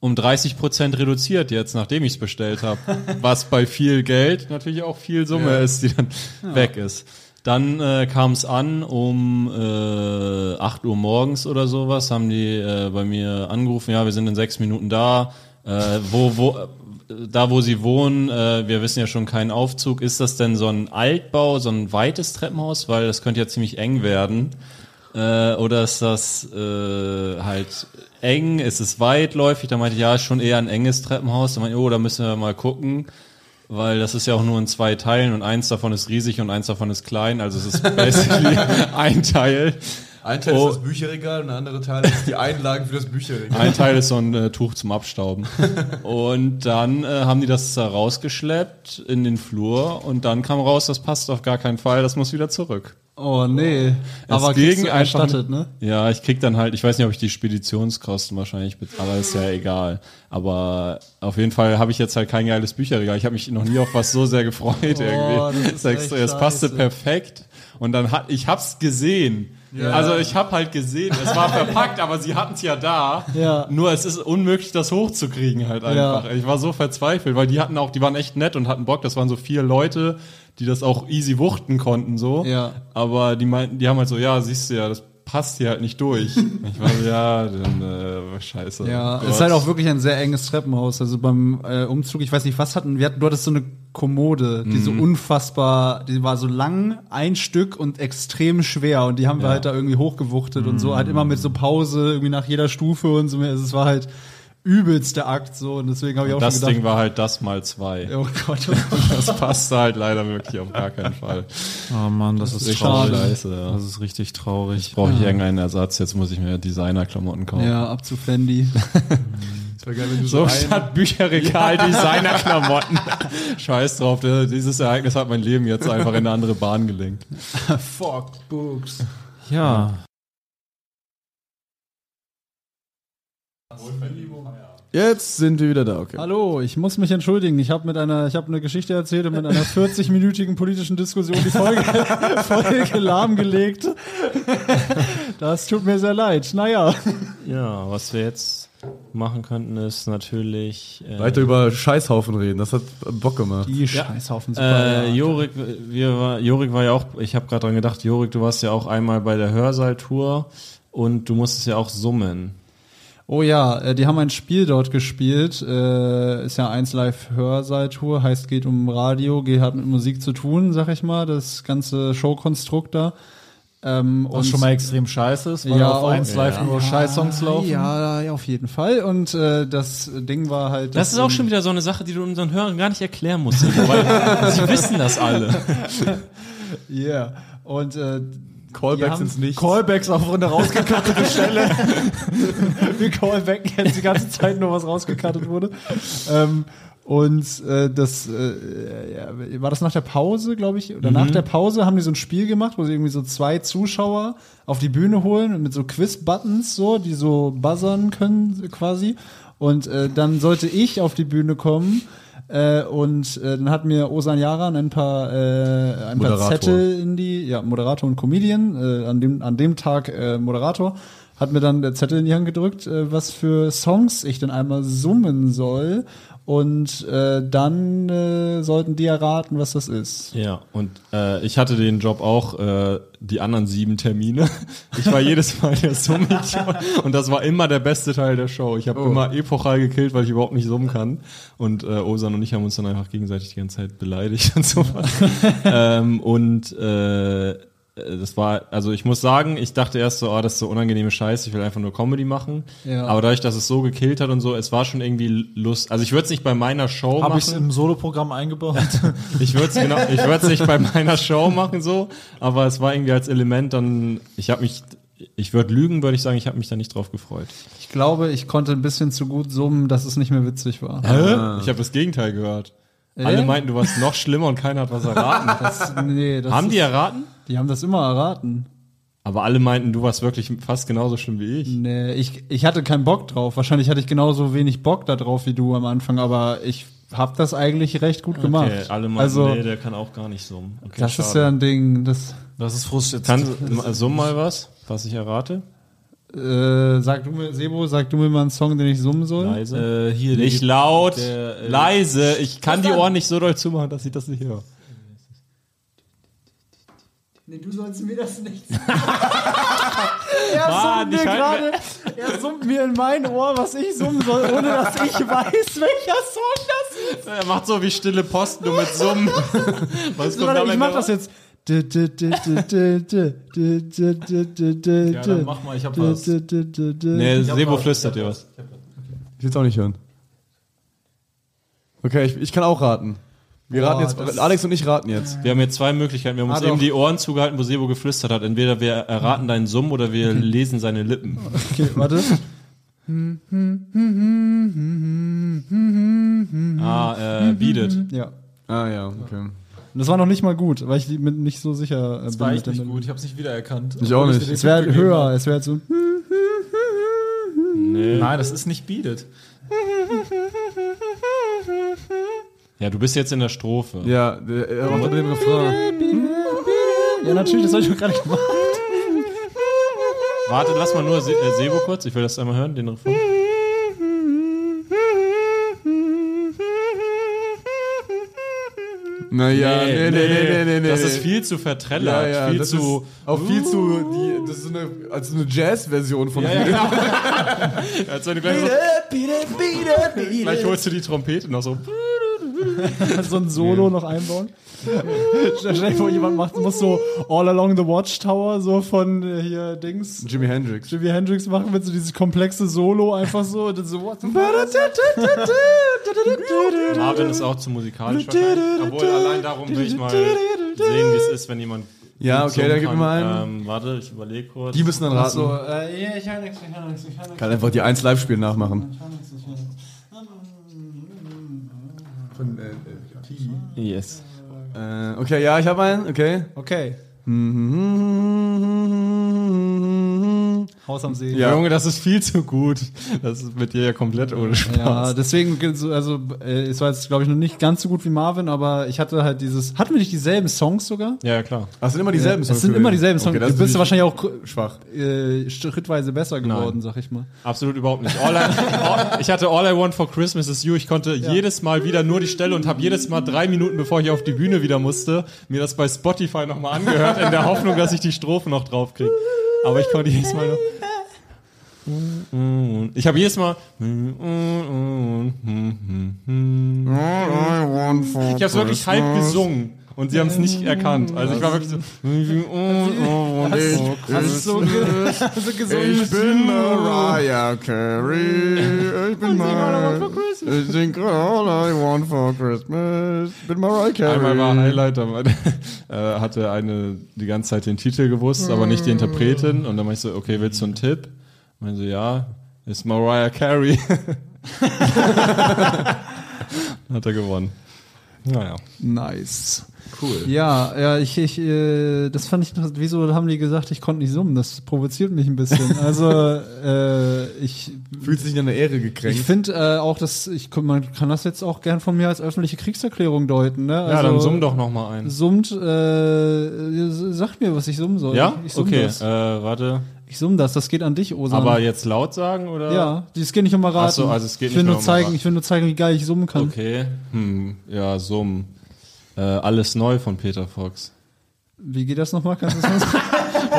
um 30 Prozent reduziert jetzt, nachdem ich es bestellt habe. was bei viel Geld natürlich auch viel Summe ist, die dann weg ist. Dann äh, kam es an um äh, 8 Uhr morgens oder sowas, haben die äh, bei mir angerufen, ja, wir sind in sechs Minuten da. Äh, wo, wo, äh, da wo sie wohnen, äh, wir wissen ja schon keinen Aufzug, ist das denn so ein Altbau, so ein weites Treppenhaus? Weil das könnte ja ziemlich eng werden. Äh, oder ist das äh, halt eng? Ist es weitläufig? Da meinte ich, ja, ist schon eher ein enges Treppenhaus. Da meinte ich, oh, da müssen wir mal gucken. Weil das ist ja auch nur in zwei Teilen und eins davon ist riesig und eins davon ist klein. Also es ist basically ein Teil.
Ein Teil
Oh.
ist das Bücherregal und der andere Teil ist die Einlagen für das Bücherregal.
Ein Teil ist so ein äh, Tuch zum Abstauben. Und dann äh, haben die das da rausgeschleppt in den Flur und dann kam raus, das passt auf gar keinen Fall, das muss wieder zurück.
Oh nee. Aber
gegen
gegen
einfach-
erstattet, ne?
Ja, ich krieg dann halt, ich weiß nicht, ob ich die Speditionskosten wahrscheinlich bezahle, ist ja egal. Aber auf jeden Fall habe ich jetzt halt kein geiles Bücherregal. Ich habe mich noch nie auf was so sehr gefreut irgendwie.
Oh, das ist
Sagst du,
echt
es passte
scheiße.
perfekt und dann hat ich hab's gesehen. Also ich habe halt gesehen, es war verpackt, aber sie hatten's ja da.
Ja.
Nur es ist unmöglich, das hochzukriegen halt einfach. Ich war so verzweifelt, weil die hatten auch, die waren echt nett und hatten Bock. Das waren so vier Leute, die das auch easy wuchten konnten so.
Ja.
Aber die meinten, die haben halt so, ja, siehst du ja, das passt hier halt nicht durch. ich war so, ja, dann äh, scheiße.
Ja,
Gott.
es ist halt auch wirklich ein sehr enges Treppenhaus. Also beim äh, Umzug, ich weiß nicht, was hatten wir? Hatten, du hattest so eine Kommode, die
Mhm.
so unfassbar, die war so lang, ein Stück und extrem schwer. Und die haben wir halt da irgendwie hochgewuchtet und so, halt immer mit so Pause, irgendwie nach jeder Stufe und so. Also es war halt übelst der Akt so. Und deswegen habe ich auch
das
schon
Ding
gedacht,
war halt das mal zwei.
oh Gott, oh Gott.
Das passte halt leider wirklich auf gar keinen Fall.
Oh Mann, das, ist
richtig
traurig.
scheiße, ja.
Das ist richtig traurig.
Brauche ich irgendeinen Ersatz, jetzt muss ich mir Designerklamotten kaufen.
ja, ab zu Fendi.
Es wäre geil, wenn du so,
So
ein,
statt Bücherregal Designerklamotten. Scheiß drauf, der- dieses Ereignis hat mein Leben jetzt einfach in eine andere Bahn gelenkt.
Fuck Books.
Ja.
Jetzt sind wir wieder da, okay.
Hallo, ich muss mich entschuldigen. Ich habe mit einer, ich habe eine Geschichte erzählt und mit einer 40-minütigen politischen Diskussion die Folge, Folge lahmgelegt. Das tut mir sehr leid. Naja,
Ja, was wir jetzt machen könnten, ist natürlich. Äh,
Weiter über Scheißhaufen reden, das hat Bock gemacht.
die Scheißhaufen
Äh, Jorik, wir war, Jorik war ja auch, ich habe gerade dran gedacht, Jorik, du warst ja auch einmal bei der Hörsaaltour und du musstest ja auch summen.
Oh ja, äh, die haben ein Spiel dort gespielt. Äh, ist ja 1 Live Hörsaaltour, heißt geht um Radio, geht hat mit Musik zu tun, sag ich mal, das ganze Showkonstrukt da. Ähm,
Was schon mal extrem scheiße ist, weil
Ja,
auf
auch-
1 Live nur Scheiß-Songs laufen.
Ja, ja, auf jeden Fall. Und äh, das Ding war halt.
Das ist auch schon wieder so eine Sache, die du unseren Hörern gar nicht erklären musst, weil sie wissen das alle.
Yeah. Und äh,
Callbacks
die haben
ins Nichts.
Callbacks auf eine rausgekattete Stelle. Wir callbacken jetzt die ganze Zeit nur, was rausgekattet wurde. Ähm, und äh, das äh, ja, war das nach der Pause, glaube ich, oder
Mhm.
nach der Pause haben die so ein Spiel gemacht, wo sie irgendwie so zwei Zuschauer auf die Bühne holen und mit so Quiz-Buttons so, die so buzzern können quasi. Und äh, dann sollte ich auf die Bühne kommen. Äh, und äh, dann hat mir Osan Yaran ein paar, äh, ein paar
Moderator.
Zettel in die, ja, Moderator und Comedian, äh, an, dem, an dem Tag äh, Moderator, hat mir dann der Zettel in die Hand gedrückt, äh, was für Songs ich denn einmal summen soll. Und äh, dann äh, sollten die erraten, was das ist.
Ja, und äh, ich hatte den Job auch, äh, die anderen sieben Termine. Ich war jedes Mal der Summidiot und das war immer der beste Teil der Show. Ich habe immer epochal gekillt, weil ich überhaupt nicht summen kann. Und äh, Osan und ich haben uns dann einfach gegenseitig die ganze Zeit beleidigt und so ähm, und äh, das war, also ich muss sagen, ich dachte erst so, ah, das ist so unangenehme Scheiße, ich will einfach nur Comedy machen.
Ja.
Aber dadurch, dass es so gekillt hat und so, es war schon irgendwie Lust. Also ich würde es nicht bei meiner Show
Habe
machen.
ich es im Soloprogramm eingebaut?
Ich würde es genau, ich würd's nicht bei meiner Show machen so, aber es war irgendwie als Element dann, ich habe mich, ich würde lügen, würde ich sagen, ich habe mich da nicht drauf gefreut.
Ich glaube, ich konnte ein bisschen zu gut summen, dass es nicht mehr witzig war.
Ich habe das Gegenteil gehört. Äh? Alle meinten, du warst noch schlimmer und keiner hat was erraten.
Das, nee, das
Haben
ist,
die erraten?
die haben das immer erraten.
Aber alle meinten, du warst wirklich fast genauso schlimm wie ich.
Nee, ich, ich hatte keinen Bock drauf. Wahrscheinlich hatte ich genauso wenig Bock da drauf wie du am Anfang, aber ich habe das eigentlich recht gut gemacht.
Okay, alle meinten,
also,
nee, der kann auch gar nicht summen. Okay,
das ist
schade.
ja ein Ding, das
Das ist frustrierend.
Kannst du so mal was, was ich errate?
Äh, sag du mir, Sebo, sag du mir mal einen Song, den ich summen soll.
Leise.
Äh,
hier nicht laut, leise. Ich kann die Ohren nicht so doll zumachen, dass ich das nicht höre.
Nee, du sollst mir das nicht
Mann, ich halt,
Er summt mir in mein Ohr, was ich summen soll, ohne dass ich weiß, welcher Song das ist.
Er macht so wie stille Post, nur mit Summen. Was kommt am
Warte, ich
Ende
mach
raus?
das jetzt. Dü, dü, dü, dü, dü, dü, dü, dü, dü, dü, dü,
Ja, dann
dü.
mach mal, ich hab
Dü,
was.
dü, dü, dü, dü.
Nee, Sebo flüstert dir was.
Ich will's auch nicht hören. Okay, ich, ich kann auch raten. Wir raten jetzt, Alex und ich raten jetzt.
Wir haben jetzt zwei Möglichkeiten. Wir haben uns
Ah,
eben
doch.
die Ohren zugehalten, wo Sebo geflüstert hat. Entweder wir erraten deinen Summ oder wir lesen seine Lippen.
Okay, warte.
Ah, äh, bietet.
Ja.
Ah ja, okay.
Und das war noch nicht mal gut, weil ich mir nicht so sicher äh, bin.
War
mit
echt
der
nicht
Melodie.
gut. Ich habe es nicht wiedererkannt.
Ich auch nicht.
Es wäre höher, es wäre jetzt so.
Nein, das ist nicht Beat It.
Ja, du bist jetzt in der Strophe.
Ja, der- äh,
Äh,
er macht unter dem Refrain.
Ja, natürlich, das soll ich doch gerade machen.
Warte, lass mal nur Se äh, Sebo kurz. Ich will das einmal hören, den Refrain.
Naja, nee, nee, nee, nee, nee, nee.
Das ist viel zu vertrellert.
ja, ja,
viel
das
zu.
Ist auch viel zu. Die, das ist so eine, also eine Jazz-Version von.
ja,
Beat It.
genau. Als wenn du gleich, gleich holst du die Trompete noch so.
so ein Solo noch einbauen. Stell dir vor, jemand macht, muss so All Along the Watchtower so von äh, hier Dings.
Jimi Hendrix.
Jimi Hendrix machen mit so dieses komplexe Solo einfach so. Und dann so what the
Marvin ist auch zu musikalisch wahrscheinlich. Obwohl, allein darum will ich mal sehen, wie es ist, wenn jemand
Ja, okay, da gib mir mal einen.
Ähm, warte, ich überlege kurz.
Die müssen dann raten.
So, äh, ja, ich kann nichts, ich kann nichts, ich kann nichts.
Kann einfach die 1 Live-Spiel nachmachen. Von, äh,
yes.
äh, okay, ja, ich habe einen. Okay. Mhm,
Okay, Haus am See.
Ja.
Junge, das ist viel zu gut. Das ist mit dir ja komplett ohne
Ja,
Spaß.
Ah, deswegen, also, äh, es war jetzt, glaube ich, noch nicht ganz so gut wie Marvin, aber ich hatte halt dieses. Hatten wir nicht dieselben Songs sogar?
Ja, klar.
Ach, es sind immer dieselben Songs.
es sind
gewesen.
immer dieselben Songs.
Okay, das
du
ist
bist ja
natürlich
wahrscheinlich auch
schwach.
äh, schrittweise besser geworden, sag ich mal.
Absolut überhaupt nicht. All I, all, ich hatte All I Want for Christmas is You. Ich konnte jedes Mal wieder nur die Stelle und habe jedes Mal drei Minuten, bevor ich auf die Bühne wieder musste, mir das bei Spotify nochmal angehört, in der Hoffnung, dass ich die Strophen noch draufkriege. Aber ich konnte jedes Mal noch. Ich habe jedes Mal. Ich habe wirklich halb gesungen und sie haben es nicht erkannt. Also ich war wirklich so.
so, ge so gesungen.
Ich bin Mariah Carey. Ich bin Mariah. Ich singe All I Want for Christmas. Ich bin Mariah Carey.
Einmal war Highlight, da war- äh, hatte eine die ganze Zeit den Titel gewusst, aber nicht die Interpretin. Und dann meinte ich so, okay, willst du einen Tipp? Meinte so, ja, ist Mariah Carey. Hat er gewonnen. Naja.
Nice. Cool. Ja, ja, ich, ich, äh, das fand ich, noch- wieso haben die gesagt, ich konnte nicht summen? Das provoziert mich ein bisschen. Also, äh, ich
Fühlt sich in der Ehre
Ich
gekränkt.
finde äh, auch, dass ich man kann das jetzt auch gern von mir als öffentliche Kriegserklärung deuten. Ne?
Ja,
Also,
dann summ doch nochmal ein.
Summt, äh, sagt mir, was ich summen soll.
Ja?
Ich, ich summ
Okay, äh,
das.
warte.
Ich summ das. Das geht an dich, Osan.
Aber jetzt laut sagen oder?
ja, es geht nicht um Raten.
Ach so, also es geht
ich will
nicht
nur
um
zeigen,
Raten.
ich will nur zeigen, wie geil ich summen kann.
Okay. Hm, ja, summ. Äh, alles neu von Peter Fox.
Wie geht das nochmal? Kannst du das mal sagen?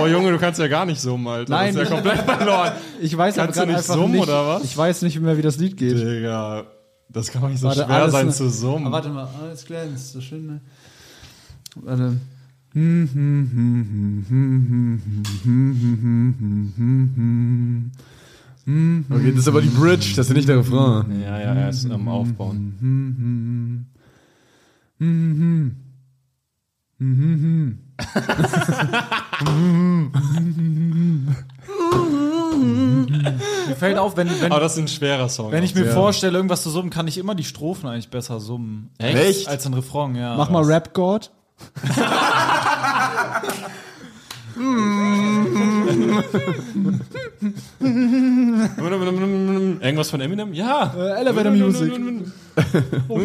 Oh Junge, du kannst ja gar nicht summen, Alter.
Nein.
Das ist ja komplett verloren.
Ich weiß aber
Kannst du
grad
nicht
einfach
summen,
nicht,
oder was? Äh,
Ich weiß nicht mehr, wie das Lied geht.
Digga, das kann doch nicht so
Warte,
schwer
alles
sein
ne-
zu summen.
Ah, warte mal, alles glänzt, so schön. Ne? Warte. Hm, hm, hm, hm, hm, hm, hm, hm, hm, hm.
Okay, das ist aber die Bridge, das ist nicht der Refrain.
Ja, ja, er ist am Aufbauen.
Mir fällt auf, wenn, wenn,
Aber Oh, das ist ein schwerer Song.
wenn ich mir vorstelle, irgendwas zu summen, kann ich immer die Strophen eigentlich besser
Um,
summen.
Echt?
Als ein Refrain, ja.
Mach mal Rap God.
Irgendwas von Eminem? Ja.
Äh, Elevator Music.
Oh,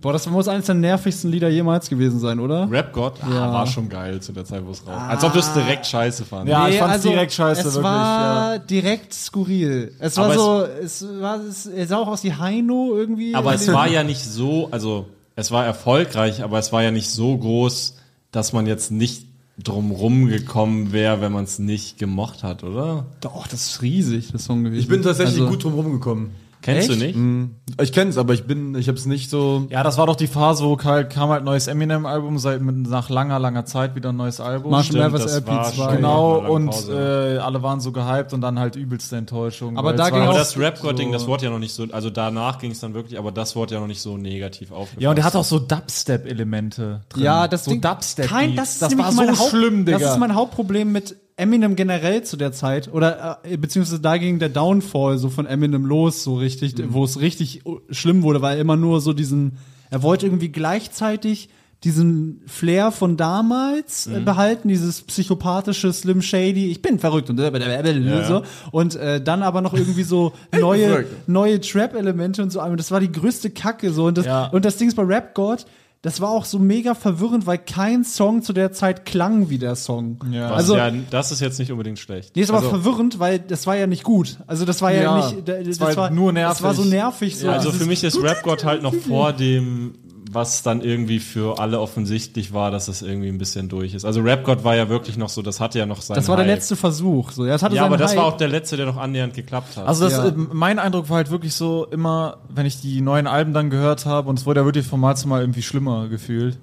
Boah, das muss eines der nervigsten Lieder jemals gewesen sein, oder?
Rap God ah, war schon geil zu der Zeit, wo es raus. Als ob du es direkt scheiße fandest.
Ja, ich fand's direkt scheiße,
also, es
wirklich.
war direkt skurril. Es war
Aber es-
so, es, war, es, er sah auch aus wie Heino irgendwie.
Aber es war ja nicht so, also es war erfolgreich, aber es war ja nicht so groß, dass man jetzt nicht drumrum gekommen wäre, wenn man es nicht gemocht hat, oder?
Doch, das ist riesig, das Song gewesen.
Ich bin tatsächlich
Also-
gut drum rumgekommen.
Kennst
Echt?
du nicht?
Hm. Ich kenn's, aber ich bin, ich hab's nicht so.
Ja, das war doch die Phase, wo halt, kam halt neues Eminem-Album, seit mit, nach langer, langer Zeit wieder ein neues Album.
Marshall Mathers
das war
LP 2.
schon-
Genau,
Ja, lange
und
Pause.
äh, alle waren so gehypt und dann halt übelste Enttäuschung.
Aber
weil
da
es war
ging
halt-
Aber
auch-
das Rap-God-Ding, das wurde ja noch nicht so, also danach ging es dann wirklich, aber das wurde ja noch nicht so negativ aufgefasst.
Ja, und er hat auch so Dubstep-Elemente drin.
Ja, das
so
Ding,
Dubstep.
kein, das, ist
das
nämlich
war so
mein Haupt,
schlimm, Digga.
Das ist mein Hauptproblem mit Eminem generell zu der Zeit oder äh, beziehungsweise da ging der Downfall so von Eminem los so richtig,
Mhm.
wo es richtig uh, schlimm wurde, weil er immer nur so diesen er wollte irgendwie gleichzeitig diesen Flair von damals
Mhm.
äh, behalten, dieses psychopathische Slim Shady, ich bin verrückt und so und äh, dann aber noch irgendwie so neue
verrückt.
neue Trap Elemente und so, aber das war die größte Kacke so und das,
Ja.
und das Ding ist bei Rap God, das war auch so mega verwirrend, weil kein Song zu der Zeit klang wie der Song.
Ja.
also,
Also,
ja, das ist jetzt nicht unbedingt schlecht.
nee, ist aber verwirrend, weil das war ja nicht gut. Also das war ja,
Ja,
nicht, da- das,
es war nur nervig.
Das war so nervig. So
Ja, also
dieses-
für mich ist Rap God halt noch vor dem, was dann irgendwie für alle offensichtlich war, dass das irgendwie ein bisschen durch ist. Also Rap God war ja wirklich noch so, das hatte ja noch seinen
das war der
Hype.
letzte Versuch. So, ja, es hatte
Ja,
seinen
aber das
Hype.
war auch der letzte, der noch annähernd geklappt hat.
Also das,
Ja.
äh, mein Eindruck war halt wirklich so immer, wenn ich die neuen Alben dann gehört habe und es wurde ja wirklich von Mal zu Mal irgendwie schlimmer gefühlt,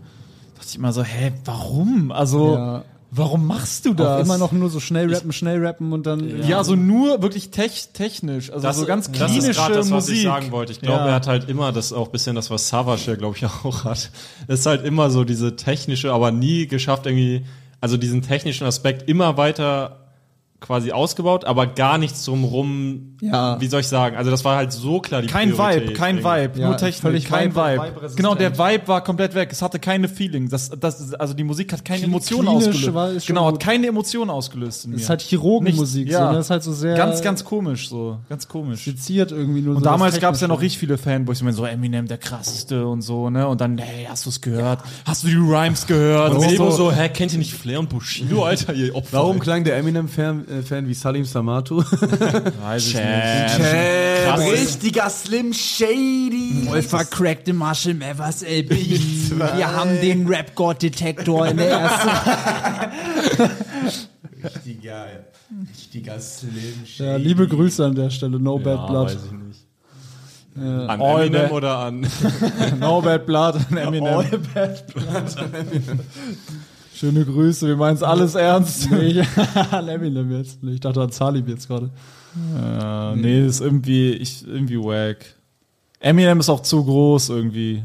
dachte ich immer so, hä, warum? Also
Ja.
Warum machst du
Auch
das?
immer noch nur so schnell rappen, schnell rappen und dann.
ja, so nur wirklich tech technisch, also so ganz
das
klinische
ist gerade das, was
Musik.
ich sagen wollte. Ich glaube,
Ja.
er hat halt immer das auch ein bisschen das, was Savage ja, glaube ich, auch hat. Das ist halt immer so diese technische, aber nie geschafft irgendwie, also diesen technischen Aspekt immer weiter quasi ausgebaut, aber gar nichts drumrum,
Ja.
wie soll ich sagen? Also das war halt so klar die
Kein Vibe,
Priorität
kein
irgendwie.
Vibe, nur Technik,
völlig
kein
vibe-
Vibe.
vibe-resistent.
genau, der Vibe war komplett weg. Es hatte keine Feeling. Das, das, also die Musik hat keine Emotionen
klinisch
ausgelöst.
war es schon
genau, hat
gut.
keine Emotionen ausgelöst in mir.
Ist halt Chirurgenmusik,
Nicht-
so,
ja.
ne? Ist halt so sehr.
ganz, ganz komisch so, ganz komisch.
Seziert irgendwie nur
Und
so
damals
das
gab es ja noch
Technische.
richtig viele Fanboys, ich meine, so Eminem der krasseste und so, ne? Und dann, hey, hast du es gehört? Hast du die Rhymes gehört?
Und Sebo
so.
so, hä, kennt ihr nicht Flair und Bushido, Alter, ihr Opfer?
Warum klang der Eminem-Fan äh, Fan wie Salim Samatu?
Weiß ich
Äh,
nicht.
Äh,
richtiger Slim Shady.
Ulfa cracked the Marshall Mathers LP. Wir haben den Rap-God-Detektor in der ersten
Richtiger, richtiger Slim Shady.
Ja, liebe Grüße an der Stelle. No Bad
Ja,
Blood.
weiß ich nicht.
Ja.
An
All
Eminem
bad-
oder an...
No Bad Blood an Eminem. All Bad Blood Schöne Grüße, wir meinen es alles ernst. Nee, an Eminem jetzt. Ich dachte an Salib jetzt gerade. Hm.
Äh, nee, ist irgendwie, ich, irgendwie wack. Eminem ist auch zu groß irgendwie.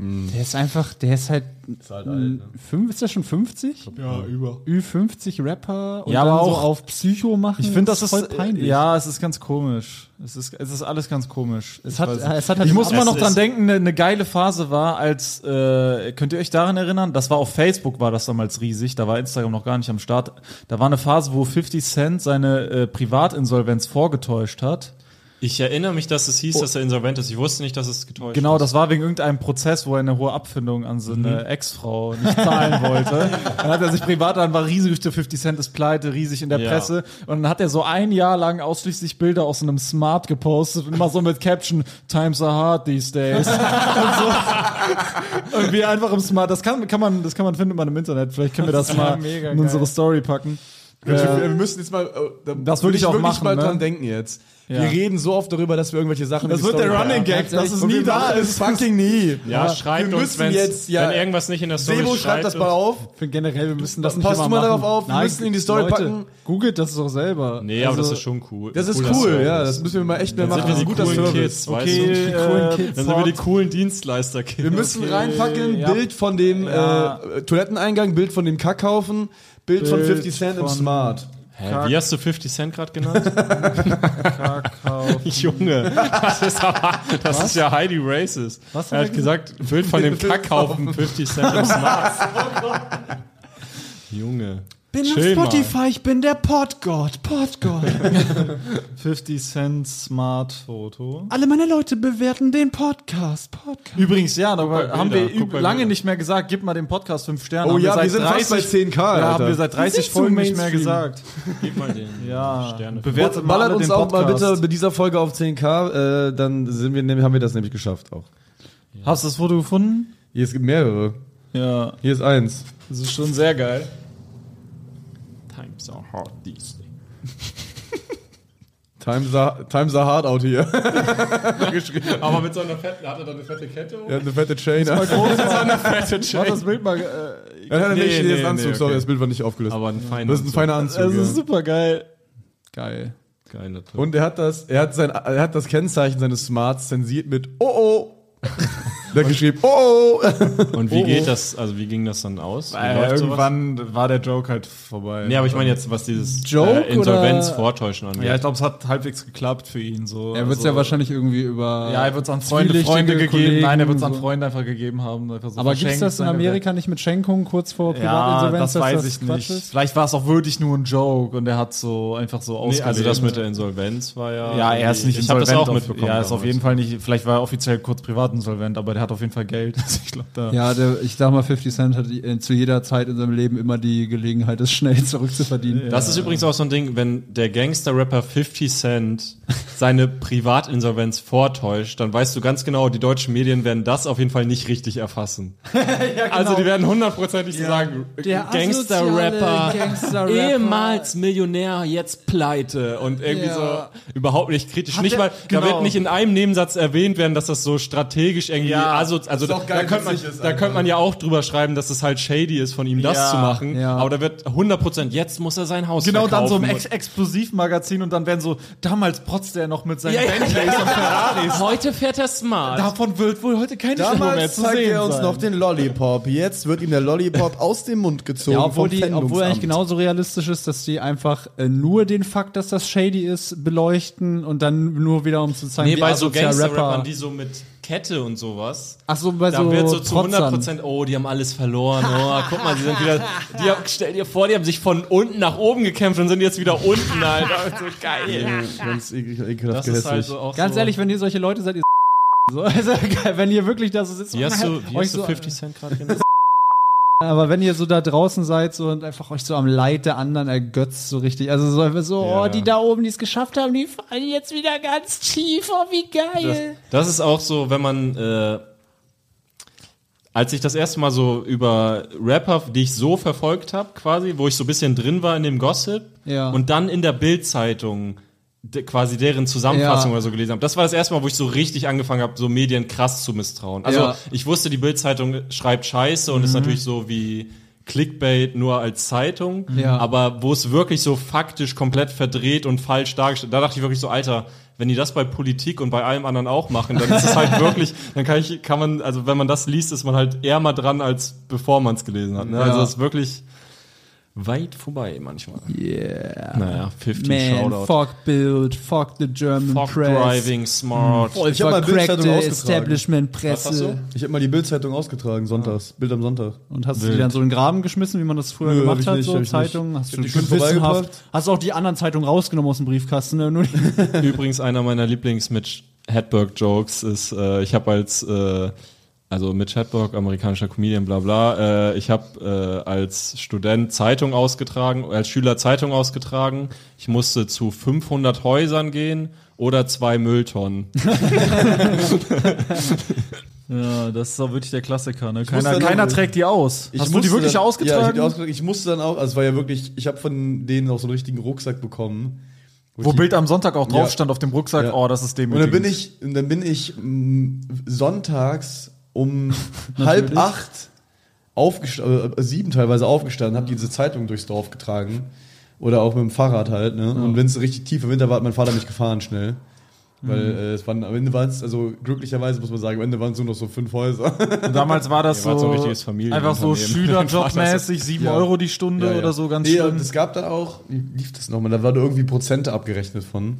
Der ist einfach, der ist halt. Ist,
ne?
fünf, ist der schon 50?
Ja, über.
Ü50 Rapper und
Ja, aber
dann so
auch-
auf Psycho machen.
Ich finde, das ist,
Hm.
äh,
voll peinlich.
ja, es ist ganz komisch. Es ist, es ist alles ganz komisch.
Es
Ich
hat,
weiß nicht.
es hat halt
ich muss
den
immer
Ab-
noch dran denken, eine, eine geile Phase war, als äh, könnt ihr euch daran erinnern? Das war auf Facebook war das damals riesig. Da war Instagram noch gar nicht am Start. Da war eine Phase, wo 50 Cent seine äh, Privatinsolvenz vorgetäuscht hat.
Ich erinnere mich, dass es hieß, dass er insolvent ist. Ich wusste nicht, dass es getäuscht
Genau,
ist.
das war wegen irgendeinem Prozess, wo er eine hohe Abfindung an seine Ex-Frau nicht zahlen wollte. Dann hat er sich privat an, war riesig, der 50 Cent ist pleite, riesig in der
Ja.
Presse. Und dann hat er so ein Jahr lang ausschließlich Bilder aus einem Smart gepostet, und immer so mit Caption, Times are hard these days. und so. Irgendwie einfach im Smart. Das kann, kann man, das kann man finden mal im Internet. Vielleicht können wir das,
ja
mal
mega
in unsere
geil.
Story packen.
Wir, wir müssen jetzt mal. äh, da
Das würde
will
ich auch
wirklich
machen,
mal
ne?
dran denken jetzt.
Ja.
Wir reden so oft darüber, dass wir irgendwelche Sachen.
Das
in die
wird der
Story
Running
packen.
Gag, dass es
Und
nie
wir
da
machen es
ist.
Fucking nie.
Ja, schreibt
wir
uns,
müssen
wenn's-
jetzt, ja.
wenn irgendwas nicht in der Story
Sebo schreibt das mal auf.
Ich finde generell, wir müssen das nicht
Passt
immer
mal
machen.
darauf auf, wir müssen in die Story packen.
Googelt das doch selber. Also,
Nee, aber das ist schon cool.
Das ist
Cooler
cool,
Service.
ja. Das müssen wir mal echt mehr
Dann
machen.
sind wir die
Das ist ein guter
coolen
Service.
Kids,
Okay,
weißt du?
äh,
Dann sind wir die coolen Dienstleister, Kids.
Wir müssen reinpacken,
ja.
Bild von dem äh, Toiletteneingang, Bild von dem Kackhaufen, Bild, von
Bild
50 Cent im
von-
Smart.
Hä, wie hast du 50 Cent gerade genannt? Junge, das ist aber, das ist ja highly racist.
Was
er
hat
hat
er
gesagt, Bild von dem Kackhaufen 50 Cent im Smart. Junge. Bin Chill Spotify.
ich bin der Podgott, Podgott.
50 Cent Smart Foto.
Alle meine Leute bewerten den Podcast, Podcast.
Übrigens, ja, darüber
bei
haben
Bilder,
wir
guck
üb-
bei
lange
Bilder.
nicht mehr gesagt, gib mal dem Podcast 5 Sterne.
Oh
Haben
ja,
seit
wir sind fast bei 10K,
Ja,
Alter.
haben wir seit 30 Folgen nicht mehr
Mainstream.
gesagt.
Mal. Gib mal den.
Ja,
Sterne.
bewertet mal
Ballert
alle
uns
den
auch mal
Podcast.
bitte bei dieser Folge auf 10k, äh, dann sind wir, nämlich- haben wir das nämlich geschafft auch.
Hast du das Foto gefunden?
Hier es gibt mehrere.
Ja,
Hier ist eins.
das ist schon sehr geil.
Times are hard these days.
Times are, times are hard out here.
Aber mit so einer fetten, hat er da eine fette Kette?
Er hat eine fette Chain. Nein,
Mach das Bild mal. Äh,
nein,
Nee,
nee, nee,
nee,
das ist ein Anzug,
nee,
sorry,
okay.
das Bild war nicht aufgelöst.
Aber ein feiner.
das ist ein feiner Anzug.
das ist
ja.
super geil.
Geil.
Geiler Typ.
Und er hat das, er hat sein, er hat das Kennzeichen seines Smarts zensiert mit Oh oh. Da hat geschrieben, oh, oh.
Und wie geht das, also wie ging das dann aus? Wie läuft sowas?
war der Joke halt vorbei.
Nee, aber ich meine jetzt, was dieses
Joke
äh, Insolvenz
oder-
vortäuschen angeht.
ja, ich glaube, es hat halbwegs geklappt für ihn. So.
Er wird es
Also-
ja wahrscheinlich irgendwie über.
Ja, er wird es an Freunde, Freunde
zwielichtige
gegeben.
Kollegen
Nein, er wird es an
so.
Freunde einfach gegeben haben. Einfach so
Aber gibt es
verschenkt
das in
sein.
Amerika nicht mit Schenkungen kurz vor
Ja,
Privatinsolvenz?
das
dass
weiß ich
Quatsch
nicht.
Ist?
Vielleicht war es auch wirklich nur ein Joke und er hat so einfach so
Nee,
ausgelegt.
also das mit der Insolvenz war ja.
ja, er ist nicht
Ich habe das auch
auf-
mitbekommen.
Ja, ist auf
damals.
jeden Fall nicht. Vielleicht war er offiziell kurz privat insolvent, aber der hat auf jeden Fall Geld. Also ich glaube, da.
Ja, der, ich sag mal, 50 Cent hat die- äh, zu jeder Zeit in seinem Leben immer die Gelegenheit, es schnell zurückzuverdienen.
Das ist übrigens auch so ein Ding, wenn der Gangster-Rapper 50 Cent seine Privatinsolvenz vortäuscht, dann weißt du ganz genau, die deutschen Medien werden das auf jeden Fall nicht richtig erfassen. Also die werden hundertprozentig so sagen, Gangster-Rapper,
Gangster-Rapper.
ehemals Millionär, jetzt pleite und irgendwie
genau.
so überhaupt nicht kritisch. nicht mal, da wird nicht in einem Nebensatz erwähnt werden, dass das so strategisch irgendwie asozial. Also
doch geil,
da könnte man,
witzig ist
da könnte man ja auch drüber schreiben, dass es halt shady ist, von ihm das
Ja,
zu machen.
ja.
Aber da wird 100 jetzt muss er sein Haus
Genau, dann
verkaufen.
so im Ex Explosivmagazin und dann werden so, damals protzte er noch mit seinen Bentleys und Ferraris.
Heute fährt er smart.
Davon wird wohl heute keine Spur mehr
Damals
zu
zeigt
sehen
er uns
sein.
noch den Lollipop. Jetzt wird ihm der Lollipop aus dem Mund gezogen.
Ja, obwohl,
vom
die, obwohl
Fendungsamt.
eigentlich genauso realistisch ist, dass die einfach äh, nur den Fakt, dass das shady ist, beleuchten und dann nur wieder um zu zeigen,
Nee, bei so
asozial
Gangster-Rappern, die so mit Kette und sowas.
Ach so, bei
Da
so
wird so zu
Protzern.
100%, oh, die haben alles verloren. Oh, guck mal, sie sind wieder, die haben, stell dir vor, die haben sich von unten nach oben gekämpft und sind jetzt wieder unten, Alter. So geil.
Ganz eklig,
Das
ekelhaft
ist halt
grässlich.
so auch
Ganz
so.
ehrlich, wenn ihr solche Leute seid, ihr so, also, wenn ihr wirklich da so sitzt,
Wie hast du,
und
wie
euch
hast du
so-
50 Cent gerade genannt?
aber wenn ihr so da draußen seid so und einfach euch so am Leid der anderen ergötzt so richtig, also so einfach so, oh, die da oben, die es geschafft haben, die fallen jetzt wieder ganz tief, oh wie
Das,
geil.
das ist auch so, wenn man, äh, als ich das erste Mal so über Rapper, die ich so verfolgt habe, quasi, wo ich so ein bisschen drin war in dem Gossip
Ja.
und dann in der Bild-Zeitung de- quasi deren Zusammenfassung
Ja.
oder so gelesen habe. Das war das erste Mal, wo ich so richtig angefangen habe, so Medien krass zu misstrauen. Also
Ja.
ich wusste, die Bild-Zeitung schreibt Scheiße und ist
Mhm.
natürlich so wie Clickbait nur als Zeitung,
Mhm. Ja.
aber wo es wirklich so faktisch komplett verdreht und falsch dargestellt, da dachte ich wirklich so, Alter, wenn die das bei Politik und bei allem anderen auch machen, dann ist es halt wirklich, dann kann ich, kann man, also wenn man das liest, ist man halt eher mal dran, als bevor man es gelesen hat. Ne? Also es ist wirklich weit vorbei manchmal. Yeah. Naja, 50
Man,
Shoutout.
fuck build, fuck the German
Fuck
press.
driving smart.
Ich hab mal Bildzeitung
vercrackte
ausgetragen.
Establishment-Presse.
genau-
Ich habe mal die Bildzeitung ausgetragen, sonntags. Bild am Sonntag.
Und hast du die dann so in den Graben geschmissen, wie man das früher
Nö, hab
gemacht
ich
hat,
nicht,
so
hab ich
Zeitungen?
nicht.
Hast
Ich
du
hab die schön
gewissenhaft-
vorbeigebracht.
Hast du auch die anderen Zeitungen rausgenommen aus dem Briefkasten? Ne? Nur die
Übrigens einer meiner Lieblings mit Hedberg Jokes ist, äh, ich habe als äh, also Mitch Hedberg, amerikanischer Comedian, bla bla. Äh, ich habe äh, als Student Zeitung ausgetragen, als Schüler Zeitung ausgetragen. Ich musste zu 500 Häusern gehen oder zwei Mülltonnen.
Ja, das ist auch wirklich der Klassiker, ne? Keiner,
dann
keiner
auch-
trägt die aus.
Ich
Hast du die
musste
wirklich
dann, Ja, ich, hab
ausgetragen?
die ausgetragen. ich musste dann auch, also es war ja wirklich, ich habe von denen auch so einen richtigen Rucksack bekommen.
Wo
ich die-
Bild am Sonntag auch drauf
Ja.
stand auf dem Rucksack,
Ja.
oh, das ist
Und dann
demütigend.
bin ich, und dann bin ich m, sonntags um halb acht aufgestanden, äh, sieben teilweise aufgestanden, habe diese Zeitung durchs Dorf getragen. Oder auch mit dem Fahrrad halt, ne? Und wenn es richtig tief im Winter war, hat mein Vater mich gefahren schnell. Weil äh, es waren, am Ende waren es, also glücklicherweise muss man sagen, am Ende waren es nur noch so fünf Häuser.
Und damals war das
Ja, war so
so,
ein richtiges Familienunternehmen.
einfach so Schülerjobmäßig, 7
Ja.
Euro die Stunde
Ja, ja.
oder so, ganz
nee,
schön.
und es gab dann auch, wie lief das nochmal, da war da irgendwie Prozente abgerechnet von.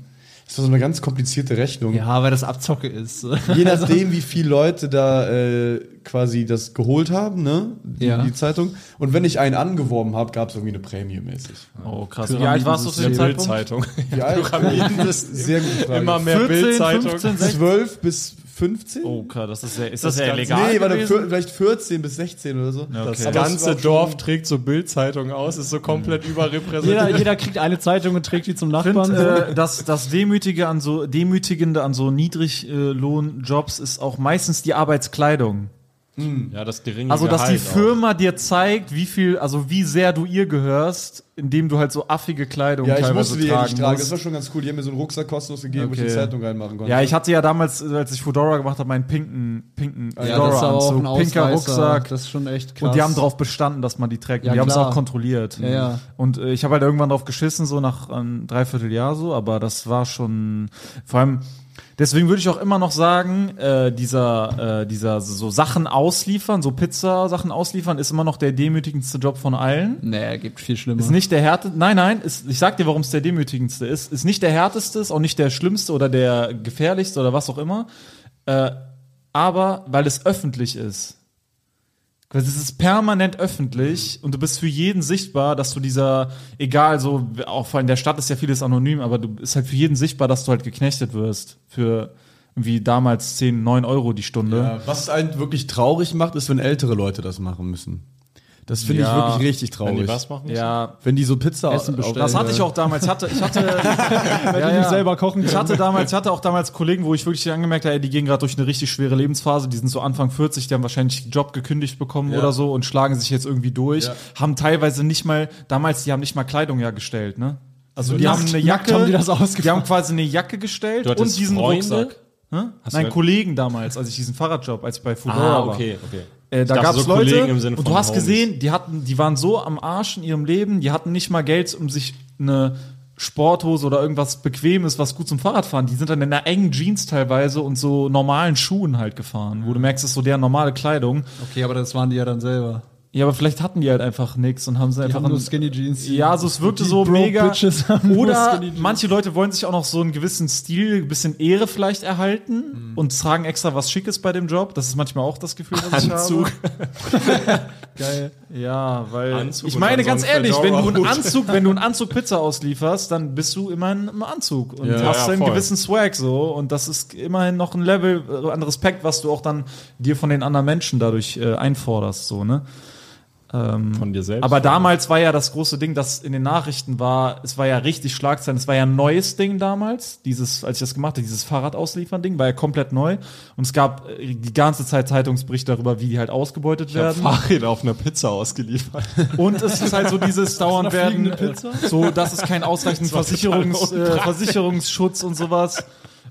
Das war so eine ganz komplizierte Rechnung.
Ja, weil das Abzocke ist.
Je nachdem, wie viele Leute da äh, quasi das geholt haben, ne? Die,
Ja.
die Zeitung. Und wenn ich einen angeworben habe, gab es irgendwie eine Prämie mäßig.
Oh, krass. Wie alt warst du zu dem Zeitpunkt?
Bildzeitung.
Wie alt? Sehr gute Frage.
Immer mehr
14,
Bildzeitung.
15, 16.
12 bis 15?
Oh, krass, das ist sehr, ist das
Das
sehr
Ganze-
illegal.
nee, warte,
gewesen?
vier- vielleicht 14 bis 16 oder so.
okay.
Das
Aber es
ganze
war schon-
Dorf trägt so Bildzeitung aus, ist so komplett überrepräsentiert.
jeder, jeder kriegt eine Zeitung und trägt die zum
Ich
Nachbarn.
finde, äh, das, das Demütige an so, Demütigende an so Niedriglohnjobs ist auch meistens die Arbeitskleidung.
Ja, das geringe
Also, dass die
halt
Gehalt auch.
Firma dir zeigt, wie viel, also wie sehr du ihr gehörst, indem du halt so affige Kleidung
Ja, ich
teilweise
musste die ja
tragen
nicht tragen. Das
musst.
war schon ganz cool. Die haben mir so einen Rucksack kostenlos gegeben, wo ich
Okay.
die Zeitung reinmachen konnte.
Ja, ich hatte ja damals, äh, als ich Fedora gemacht habe, meinen pinken, pinken
das ist aber auch ein
Fedora-Anzug, pinker
Ausreißer.
Rucksack.
Das ist schon echt krass.
Und die haben darauf bestanden, dass man die trägt.
Ja,
Und die haben es
klar.
auch kontrolliert.
Ja, ja.
Und äh, ich habe halt irgendwann drauf geschissen, so nach ähm, dreiviertel Jahr so, aber das war schon vor allem. Deswegen würde ich auch immer noch sagen, äh, dieser, äh, dieser so Sachen ausliefern, so Pizza-Sachen ausliefern, ist immer noch der demütigendste Job von allen.
Nee, gibt viel schlimmer.
Ist nicht der härteste, nein, nein, ist, ich sag dir, warum es der demütigendste ist. Ist nicht der härteste, ist auch nicht der schlimmste oder der gefährlichste oder was auch immer. Äh, aber weil es öffentlich ist. Weil es ist permanent öffentlich und du bist für jeden sichtbar, dass du dieser, egal, so, auch vor allem in der Stadt ist ja vieles anonym, aber du bist halt für jeden sichtbar, dass du halt geknechtet wirst. Für irgendwie damals 10, 9 Euro die Stunde.
Ja, was einen wirklich traurig macht, ist, wenn ältere Leute das machen müssen. Das finde
Ja.
ich wirklich richtig
Wenn
traurig.
die was machen?
ja
Wenn die so Pizza
Essen bestellen.
Das hatte ich auch damals. Ich hatte, ich hatte, ja,
halt nicht selber kochen
Ich hatte damals, ich hatte auch damals Kollegen, wo ich wirklich angemerkt habe, ey, die gehen gerade durch eine richtig schwere Lebensphase. Die sind so Anfang 40, die haben wahrscheinlich einen Job gekündigt bekommen oder so und schlagen sich jetzt irgendwie durch. Haben teilweise nicht mal, damals, die haben nicht mal Kleidung ja gestellt, ne? Also die haben eine
nackt
Jacke,
haben die das ausgefahren.
haben quasi eine Jacke gestellt
Du hattest
und diesen
Freunde?
Rucksack. Hm? Nein, Kollegen damals, als ich diesen Fahrradjob, als ich bei Fudora
Ah,
war.
okay, okay.
Äh, da
dachte,
gab es
so
Leute,
Kollegen im Sinne
und du
von
hast
Homies.
gesehen, die, hatten, die waren so am Arsch in ihrem Leben, die hatten nicht mal Geld, um sich eine Sporthose oder irgendwas Bequemes, was gut zum Fahrradfahren. Die sind dann in einer engen Jeans teilweise und so normalen Schuhen halt gefahren, wo du merkst, das ist so deren normale Kleidung.
Okay, aber das waren die ja dann selber.
Ja, aber vielleicht hatten die halt einfach nichts und haben sie einfach
haben nur
ein-
Skinny Jeans.
Ja, also es wirkte
Die
so
Broke
mega.
Bitches haben nur
Oder
Skinny Jeans.
manche Leute wollen sich auch noch so einen gewissen Stil, ein bisschen Ehre vielleicht erhalten
Mhm.
und tragen extra was Schickes bei dem Job. Das ist manchmal auch das Gefühl, was
Anzug.
ich habe. Ja, weil
Anzug
ich
und
meine
dann
ganz
so ein
ehrlich, wenn du einen
Fedora-Hut.
Anzug, wenn du einen Anzug Pizza auslieferst, dann bist du immer in einem Anzug und
Ja,
hast
ja,
einen
voll.
gewissen Swag so und das ist immerhin noch ein Level äh, an Respekt, was du auch dann dir von den anderen Menschen dadurch äh, einforderst so, ne?
Von dir selbst.
Aber damals war ja das große Ding, das in den Nachrichten war, es war ja richtig Schlagzeilen, es war ja ein neues Ding damals, dieses, als ich das gemacht habe, dieses Fahrrad ausliefern Ding, war ja komplett neu und es gab äh, die ganze Zeit Zeitungsberichte darüber, wie die halt ausgebeutet werden.
Fahrräder auf einer Pizza ausgeliefert.
Und es ist halt so dieses dauernd werden, äh, so dass es kein ausreichend Versicherungs, äh, Versicherungsschutz und sowas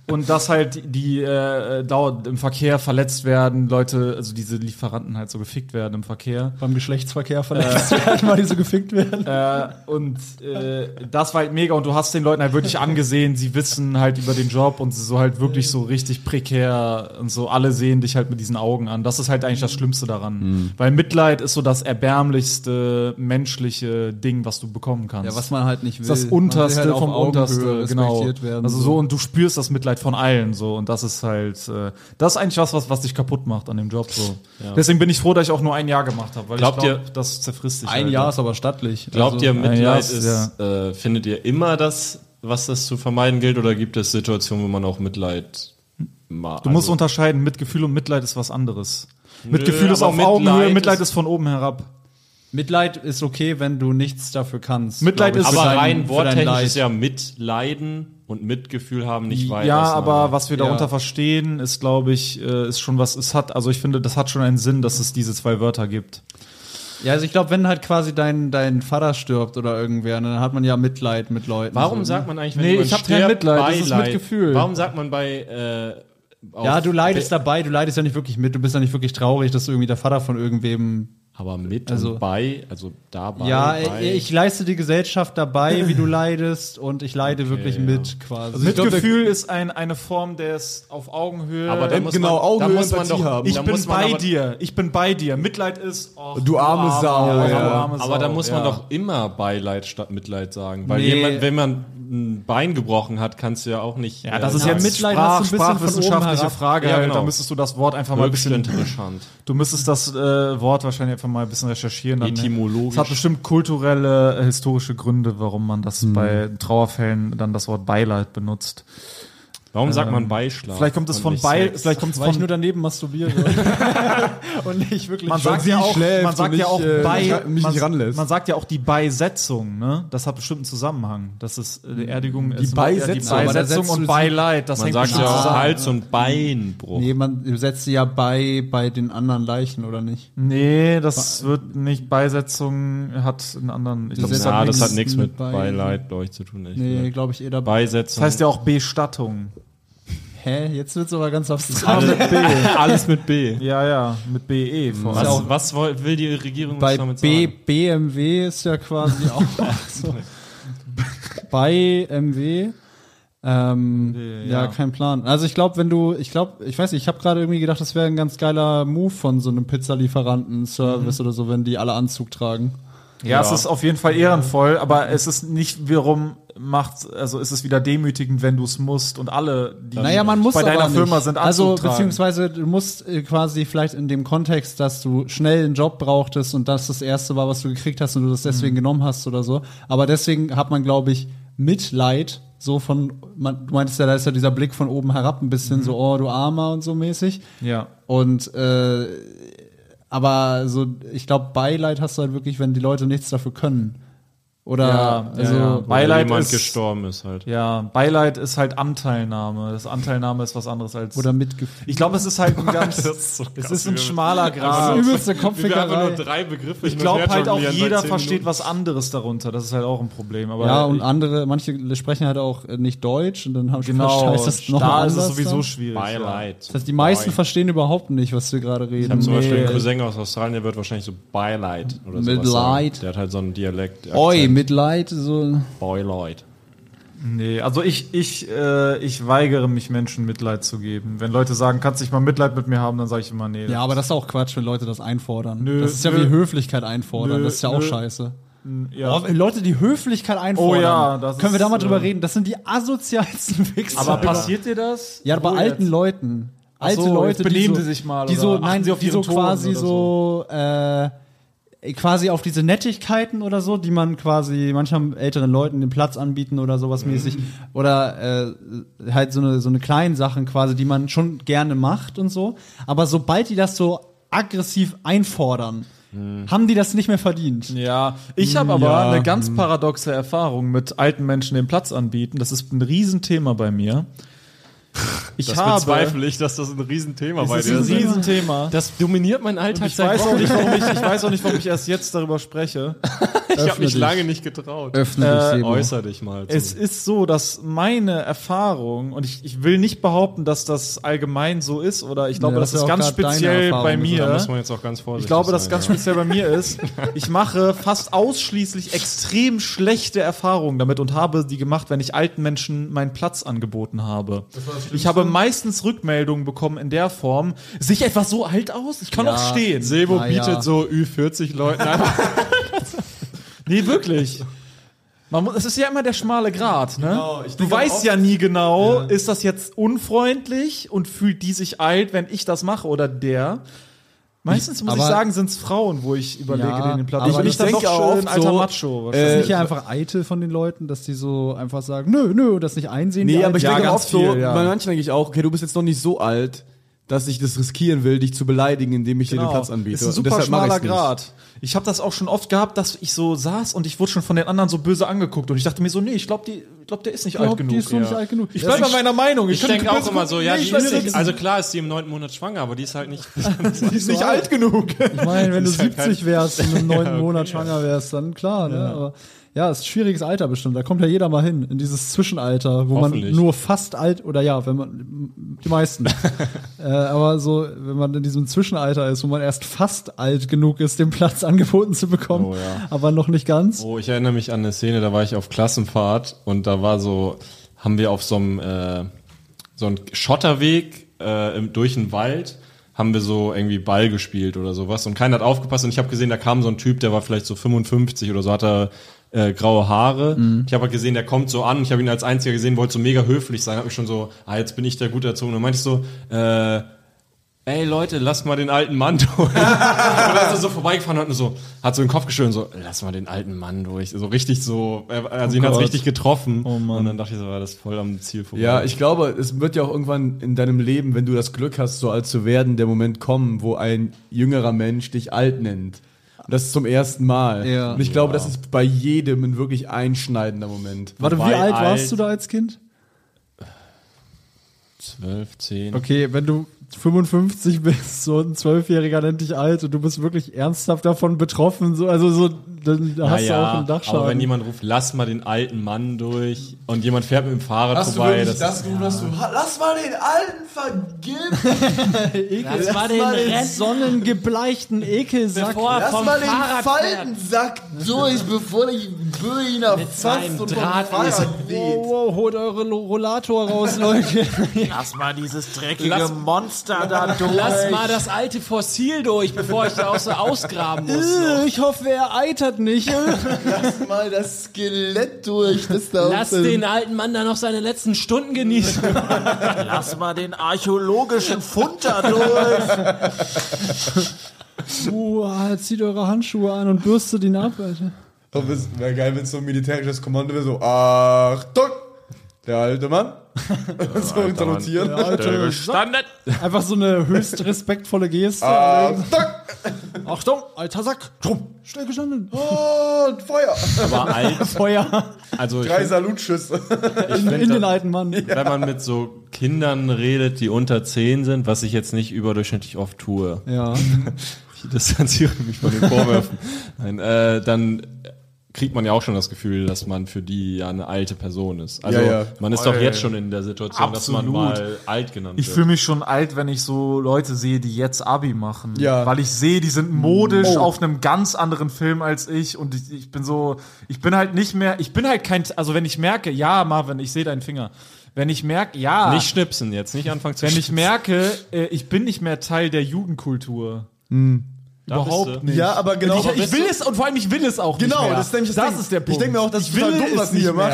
und dass halt die äh, dauernd im Verkehr verletzt werden, Leute, also diese Lieferanten halt so gefickt werden im Verkehr.
Beim Geschlechtsverkehr verletzt werden, weil die so gefickt werden.
Äh, und äh, das war halt mega und du hast den Leuten halt wirklich angesehen, sie wissen halt über den Job und so halt wirklich so richtig prekär und so alle sehen dich halt mit diesen Augen an. Das ist halt eigentlich das Schlimmste daran,
Mhm.
weil Mitleid ist so das erbärmlichste menschliche Ding, was du bekommen kannst.
Ja, was man halt nicht will.
Das ist das
Man will
Unterste
halt auf
vom
Augenhöhe
Unterste, genau.
respektiert Werden,
also so und du spürst das Mitleid von allen so und das ist halt, äh, das ist eigentlich was, was, was dich kaputt macht an dem Job so. Deswegen bin ich froh, dass ich auch nur ein Jahr gemacht habe, weil
Glaubt
ich
ihr-
glaub, das zerfrisst dich.
Ein
halt.
Jahr ist aber stattlich.
Glaubt
Also-
ihr, Mitleid
ja, ist-
ist, äh, findet ihr immer das, was das zu vermeiden gilt, oder gibt es Situationen, wo man auch Mitleid mag?
Du musst unterscheiden, Mitgefühl und Mitleid ist was anderes. Mitgefühl
Also- Nö,
ist
aber
auf Augenhöhe,
Mitleid
Mitleid
ist-
ist von oben herab.
Mitleid ist okay, wenn du nichts dafür kannst.
Mitleid
glaub ich,
ist-
für
aber
dein-
rein
für dein
worttechnisch
Leid.
ist ja Mitleiden und Mitgefühl haben nicht weit
Ja,
auseinander.
aber was wir
Ja.
darunter verstehen, ist, glaube ich, äh, ist schon was, es hat, also ich finde, das hat schon einen Sinn, dass es diese zwei Wörter gibt.
Ja, also ich glaube, wenn halt quasi dein, dein Vater stirbt oder irgendwer, ne, dann hat man ja Mitleid mit Leuten.
Warum
so,
sagt man eigentlich, wenn
Nee,
jemand
ich hab kein
stirbt,
Mitleid, das ist
Beileid?
Mitgefühl.
Warum sagt man bei äh, auf-
Ja, du leidest dabei, du leidest ja nicht wirklich mit, du bist ja nicht wirklich traurig, dass du irgendwie der Vater von irgendwem.
aber mit
Also-
und bei, also dabei.
ja,
bei.
ich leiste die Gesellschaft dabei, wie du leidest und ich leide wirklich mit quasi.
Also Mitgefühl ist ein, eine Form des auf äh, Augenhöhe. Ähm,
aber da muss
genau,
man, da
Augenhöhe,
muss man
Empathie
doch,
haben.
ich
da
bin
muss man
bei
aber,
dir, ich bin bei dir. Mitleid ist, och,
Du arme Sau,
ja,
ja.
du arme
Aber da
Sau,
muss man
ja.
doch immer Beileid statt Mitleid sagen. Weil
Nee.
jemand, wenn man ein Bein gebrochen hat, kannst du ja auch nicht. äh,
Ja, das ist
Ja,
ja
Mitleid
Sprach,
hast du ein bisschen von oben
sprachwissenschaftliche
herab.
Frage.
Ja,
halt.
genau.
Da müsstest du das Wort einfach mal ein
höchst
bisschen
interessant.
Du müsstest das äh, Wort wahrscheinlich einfach mal ein bisschen recherchieren. Dann,
Etymologisch.
Es hat bestimmt kulturelle, äh, historische Gründe, warum man das bei Trauerfällen dann das Wort Beileid benutzt.
Warum sagt man Beischlag?
Ähm, Vielleicht kommt es
und
von
nicht
Beil,
Sex?
vielleicht kommt es
weil ich nur
von
daneben masturbiere. und nicht wirklich.
man sagt
sie
ja auch,
schläft
man sagt
und
ja
ich,
auch
äh, mich
bei,
ra- mich
man,
nicht ranlässt.
man sagt ja auch die Beisetzung, ne? Das hat bestimmt einen Zusammenhang. Das ist äh, die Beerdigung, die
Beisetzung,
ja,
aber
die
da
Beisetzung
setzt du
und
sie-
Beileid. Das
Man
hängt
sagt ja
bestimmt
auch
zusammen.
Hals- und Beinbruch.
Nee, man setzt sie ja bei, bei den anderen Leichen, oder nicht?
Nee, das wird nicht Beisetzung hat einen anderen. Ich glaub,
das
Na,
hat
das
nix
hat nichts mit
mit Bein-
Beileid, glaube ich, zu tun. ehrlich
Nee,
gesagt.
glaube ich eher dabei.
Beisetzung.
das heißt ja auch Bestattung.
Hä? Jetzt wird's aber ganz abstrakt.
alles mit B.
Ja, ja, mit E BE
Mhm.
vor allem.
Was, was woll- will die Regierung
Bei
uns damit
B
sagen?
BMW ist ja quasi auch so. Bei MW. Ähm, ja.
ja.
kein Plan. Also ich glaube, wenn du, ich glaube, ich weiß nicht, ich habe gerade irgendwie gedacht, das wäre ein ganz geiler Move von so einem Pizzalieferanten-Service oder so, wenn die alle Anzug tragen.
Ja, es ist auf jeden Fall ehrenvoll, aber es ist nicht wiederum macht, also es ist wieder demütigend, wenn du es musst und alle, die
Naja, man muss
bei deiner
aber nicht.
Firma sind,
Also
Anzug tragen.
beziehungsweise du musst äh, quasi vielleicht in dem Kontext, dass du schnell einen Job brauchtest und das das erste war, was du gekriegt hast und du das deswegen
Mhm.
genommen hast oder so. Aber deswegen hat man, glaube ich, Mitleid so von, man, du meintest ja, da ist ja dieser Blick von oben herab ein bisschen so, oh, du Armer und so mäßig.
Mhm. Ja.
Und äh, aber so, ich glaube, Beileid hast du halt wirklich, wenn die Leute nichts dafür können. Oder
Ja,
also
ja, ja.
Weil
Beileid
jemand
ist,
gestorben ist halt.
Ja, Beileid ist halt Anteilnahme. Das Anteilnahme ist was anderes als.
oder Mitgefühl.
ich glaube, es ist halt ein ganz. es ist ein schmaler Grad.
übelste
drei Begriffe.
Ich glaube halt auch jeder versteht was anderes darunter. Das ist halt auch ein Problem. Aber
Ja, und andere, manche sprechen halt auch äh, nicht Deutsch und dann haben
genau,
versteißt das noch
da
anders
ist es sowieso
dann.
schwierig.
Beileid.
Das heißt, die meisten verstehen überhaupt nicht, was wir gerade reden.
Ich habe zum Beispiel einen
Nee.
Cousin aus Australien, der wird wahrscheinlich so Beileid oder so.
Mitleid.
Der hat halt so einen Dialekt.
Oi, Mitleid, so.
Beileid.
Nee, also ich, ich, äh, ich weigere mich, Menschen Mitleid zu geben. Wenn Leute sagen, kannst du nicht mal Mitleid mit mir haben, dann sage ich immer, nee.
Ja, aber das ist auch Quatsch, wenn Leute das einfordern.
Nö,
das ist ja
nö.
wie Höflichkeit einfordern.
Nö,
das ist ja auch
nö.
scheiße.
ja.
Oh, wenn Leute, die Höflichkeit
Oh
einfordern.
ja, das
Können wir
ist,
da mal drüber
äh,
reden? Das sind die asozialsten Wichser.
Aber passiert dir das?
Ja, bei
Wo
alten
jetzt?
Leuten. Alte
so,
Leute,
jetzt
die
benehmen
so,
sie sich mal
Die
oder
so,
achten
nein,
sie auf
die
ihren
so
Ton
quasi
oder
so, äh, quasi auf diese Nettigkeiten oder so, die man quasi manchmal älteren Leuten den Platz anbieten oder sowas
Mhm.
mäßig. Oder äh, halt so eine, so eine kleinen Sachen quasi, die man schon gerne macht und so. Aber sobald die das so aggressiv einfordern, haben die das nicht mehr verdient.
Mhm. Ja, ich habe aber eine ganz paradoxe Erfahrung mit alten Menschen den Platz anbieten. Das ist ein Riesenthema bei mir. Ich
Das
habe.
bezweifle ich, dass das ein Riesenthema bei
Das
dir
ist ein
ist.
Riesenthema.
Das dominiert meinen Alltag
Ich weiß, auch nicht, warum ich, ich weiß auch nicht, warum ich erst jetzt darüber spreche.
Ich habe mich lange nicht getraut.
äh,
Öffne dich, Sebo.
Äußer dich mal.
Es ist so, dass meine Erfahrung, und ich, ich will nicht behaupten, dass das allgemein so ist, oder ich glaube,
Ja, das
das,
ist
ist
ja auch
ganz
grad deine
speziell
Erfahrung,
bei
also
mir.
Da muss man jetzt auch ganz vorsichtig
Ich glaube, das
sein,
ganz
ja.
speziell bei mir ist, ich mache fast ausschließlich extrem schlechte Erfahrungen damit und habe die gemacht, wenn ich alten Menschen meinen Platz angeboten habe. Ich habe meistens Rückmeldungen bekommen in der Form, sehe ich etwa so alt aus? Ich kann
Ja.
auch stehen.
Sebo
Ah, ja.
bietet so Ü40 Leuten an.
Nee, wirklich. Man muss, es ist ja immer der schmale Grat, ne?
Genau, ich
du
denke
weißt
auch-
ja nie genau, ist das jetzt unfreundlich und fühlt die sich alt, wenn ich das mache oder der? Meistens muss ich
Aber-
sagen, sind es Frauen, wo ich überlege,
Ja,
den Platz
aber
zu
das
geben.
denke ich
doch
auch
schon äh,
oft
alter
so,
Macho.
Ist
wahrscheinlich.
das
Äh,
nicht hier einfach eitel von den Leuten, dass die so einfach sagen, nö, nö, und das nicht einsehen? die
Nee, aber ich
Ja,
Alten?
denke
ganz
oft so,
viel, ja.
bei manchen denke ich auch, okay, du bist jetzt noch nicht so alt, dass ich das riskieren will, dich zu beleidigen, indem ich dir den Platz anbiete.
Genau. Das ist ein
Und
super
deshalb mache
schmaler
ich's nicht.
Grad. Ich habe das auch schon oft gehabt, dass ich so saß und ich wurde schon von den anderen so böse angeguckt und ich dachte mir so, nee, ich glaube, glaub, der ist nicht alt
glaub,
genug.
die ist noch nicht alt genug.
Ich bleibe bei meiner Meinung.
Ich
kann
denke
nicht
auch
böse
immer so,
gucken.
ja,
Nee,
die
ich weiß
ist
nicht.
nicht, also klar ist die im neunten Monat schwanger, aber die ist halt nicht.
Die ist nicht alt genug.
Ich meine, wenn du
ist halt
70 wärst und im neunten Monat schwanger wärst, dann klar, ne? Aber ja, ist ein schwieriges Alter bestimmt. Da kommt ja jeder mal hin, in dieses Zwischenalter, wo man
Hoffentlich.
nur fast alt, oder ja, wenn man, die meisten. äh, aber so, wenn man in diesem Zwischenalter ist, wo man erst fast alt genug ist, den Platz angeboten zu bekommen,
Oh ja.
aber noch nicht ganz.
Oh, ich erinnere mich an eine Szene, da war ich auf Klassenfahrt und da war so, haben wir auf so einem, äh, so einem Schotterweg äh, im, durch den Wald, haben wir so irgendwie Ball gespielt oder sowas und keiner hat aufgepasst und ich habe gesehen, da kam so ein Typ, der war vielleicht so 55 oder so, hat er äh, graue Haare. Ich habe halt gesehen, der kommt so an. Ich habe ihn als einziger gesehen, wollte so mega höflich sein, hat mich schon so, ah, jetzt bin ich der gut erzogene. Und meinte ich so, äh, ey Leute, lasst mal den alten Mann durch. Und dann ist er so vorbeigefahren und hat nur so, hat so den Kopf geschüttelt und so, lass mal den alten Mann durch. So richtig so, äh, also ihn hat's richtig getroffen. Und dann dachte ich so, war das voll am Ziel vorbei.
Ja, ich glaube, es wird ja auch irgendwann in deinem Leben, wenn du das Glück hast, so alt zu werden, der Moment kommen, wo ein jüngerer Mensch dich alt nennt. Und das ist zum ersten Mal.
Ja.
Und ich glaube, das ist bei jedem ein wirklich einschneidender Moment.
Warte, wie
Wobei
alt warst
alt-
du da als Kind?
12, 10.
Okay, wenn du 55 bist, so ein Zwölfjähriger nennt dich alt und du bist wirklich ernsthaft davon betroffen, so, also so, dann hast du auch einen Dachschaden.
Ah, aber wenn jemand ruft, lass mal den alten Mann durch und jemand fährt mit dem Fahrrad vorbei, das,
gerufen, dass du, lass mal den alten vergib,
Das war den Rest,
sonnengebleichten Ekelsack.
bevor er vom Fahrrad fährt.
Faltensack durch, bevor ich ihn erfasst
seinem und vom Draht Fahrrad ist-
wow, holt eure Rollator raus, Leute.
Lass mal dieses dreckige Monster da durch.
Lass mal das alte Fossil durch, bevor ich da auch so ausgraben muss.
Äh, ich hoffe, er eitert nicht.
mal das Skelett durch, das da
Lass den alten Mann da noch seine letzten Stunden genießen.
Lass mal den archäologischen Fund da durch.
Uah, zieht halt, eure Handschuhe an und bürstet ihn ab, Alter.
Wäre geil, wenn es so ein militärisches Kommando wäre, so, Achtung, der alte Mann. Und so internotieren.
Einfach so eine höchst respektvolle Geste.
Achtung,
Achtung, alter Sack. Drum, schnell gestanden. Oh,
Oh, Feuer.
Aber alt,
Feuer
also ich,
Drei Salutschüsse.
ich
in,
find
in
das-
den alten Mann.
wenn man mit so Kindern redet, die unter 10 sind, was ich jetzt nicht überdurchschnittlich oft tue,
Ja.
ich distanziere mich von den Vorwürfen, Nein, äh, dann kriegt man ja auch schon das Gefühl, dass man für die ja eine alte Person ist. Also
Ja, ja.
man ist doch jetzt schon in der Situation, dass man mal alt genannt
Ich
wird.
fühle mich schon alt, wenn ich so Leute sehe, die jetzt Abi machen.
Ja.
Weil ich sehe, die sind modisch auf einem ganz anderen Film als ich. Und ich, ich bin so, ich bin halt nicht mehr, ich bin halt kein, also wenn ich merke, ja, Marvin, ich sehe deinen Finger. Wenn ich merke, ja,
Nicht schnipsen jetzt, nicht anfangen zu
wenn ich
schnipsen.
merke, äh, ich bin nicht mehr Teil der Jugendkultur.
Hm.
Überhaupt
bist du.
nicht.
Ja, aber genau.
ich, ich will es und vor allem ich will es auch
Genau,
nicht mehr.
das, ist nämlich das, Ding.
ist der Punkt.
Ich denke mir auch, das
Ich
ist total
will
dumm, was
es
die hier
nicht mehr.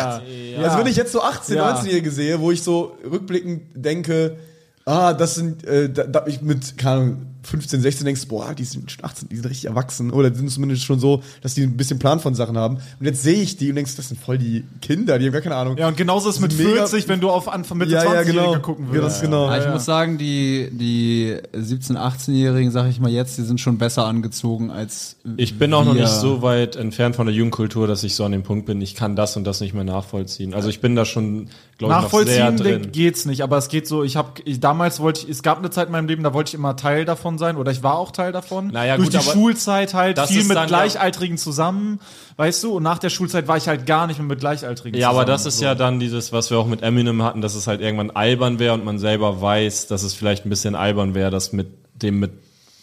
macht. Also wenn ich jetzt so 18,
Ja.
19-Jährige sehe, wo ich so rückblickend denke, ah, das sind, äh, da, da ich mit, keine Ahnung, 15, 16 denkst, boah, die sind schon 18, die sind richtig erwachsen. Oder die sind zumindest schon so, dass die ein bisschen Plan von Sachen haben. Und jetzt sehe ich die und denkst, das sind voll die Kinder, die haben gar keine Ahnung.
Ja, und genauso ist es mit
Mega-
40, wenn du auf Anfang Mitte
Ja,
20
ja, genau.
gucken
Ja,
würdest.
das ist genau.
Aber ich muss sagen, die, die 17-, 18-Jährigen, sag ich mal jetzt, die sind schon besser angezogen als.
Ich bin auch noch
wir.
nicht so weit entfernt von der Jugendkultur, dass ich so an dem Punkt bin, ich kann das und das nicht mehr nachvollziehen. Also ich bin da schon, glaube ich, noch sehr
Nachvollziehen
drin.
geht's nicht, aber es geht so, ich habe ich, damals wollte ich, es gab eine Zeit in meinem Leben, da wollte ich immer Teil davon sein oder ich war auch Teil davon.
Naja,
Durch
gut,
die
aber
Schulzeit halt
das
viel
ist
mit
dann ja-
Gleichaltrigen zusammen, weißt du, und nach der Schulzeit war ich halt gar nicht mehr mit Gleichaltrigen
Ja,
zusammen.
aber das ist ja dann dieses, was wir auch mit Eminem hatten, dass es halt irgendwann albern wäre und man selber weiß, dass es vielleicht ein bisschen albern wäre, das mit dem mit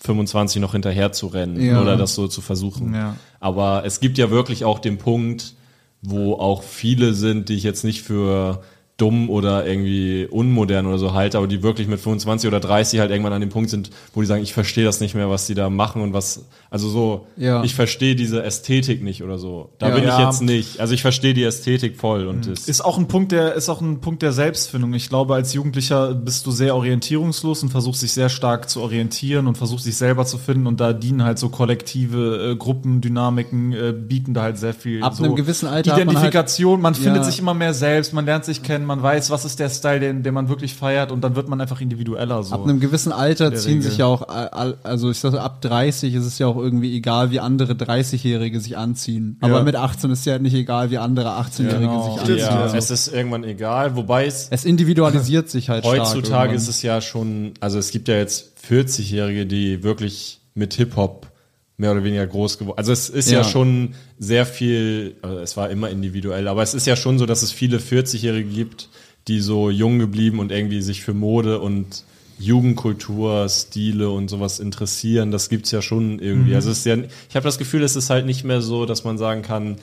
25 noch hinterher zu rennen
Ja.
oder das so zu versuchen.
Ja.
Aber es gibt ja wirklich auch den Punkt, wo auch viele sind, die ich jetzt nicht für dumm oder irgendwie unmodern oder so halte, aber die wirklich mit 25 oder 30 halt irgendwann an dem Punkt sind, wo die sagen, ich verstehe das nicht mehr, was die da machen und was, also so,
Ja.
ich verstehe diese Ästhetik nicht oder so. Da
Ja.
bin ich
Ja. Mhm.
jetzt nicht. Also ich verstehe die Ästhetik voll und das
Ist auch ein Punkt der ist auch ein Punkt der Selbstfindung. Ich glaube, als Jugendlicher bist du sehr orientierungslos und versuchst dich sehr stark zu orientieren und versuchst dich selber zu finden und da dienen halt so kollektive äh, Gruppendynamiken äh, bieten da halt sehr viel
Ab
so
einem gewissen Alter hat man halt-
Identifikation. Man,
Ja.
findet sich immer mehr selbst, man lernt sich kennen, man weiß, was ist der Style, den, den man wirklich feiert und dann wird man einfach individueller so.
Ab einem gewissen Alter ziehen
Regel.
sich ja auch, all- also ich sag, ab 30 ist es ja auch irgendwie egal, wie andere 30-Jährige sich anziehen. Aber
Ja.
mit 18 ist ja nicht egal, wie andere 18-Jährige
genau.
sich anziehen.
ja, es ist irgendwann egal, wobei es
Es individualisiert sich halt stark.
heutzutage
irgendwann.
ist es ja schon, also es gibt ja jetzt 40-Jährige, die wirklich mit Hip-Hop mehr oder weniger groß geworden. Also es ist ja,
Ja.
schon sehr viel, also es war immer individuell, aber es ist ja schon so, dass es viele 40-Jährige gibt, die so jung geblieben und irgendwie sich für Mode und Jugendkultur, Stile und sowas interessieren. Das gibt's ja schon
Mhm.
irgendwie. Also es ist ja, ich habe das Gefühl, es ist halt nicht mehr so, dass man sagen kann,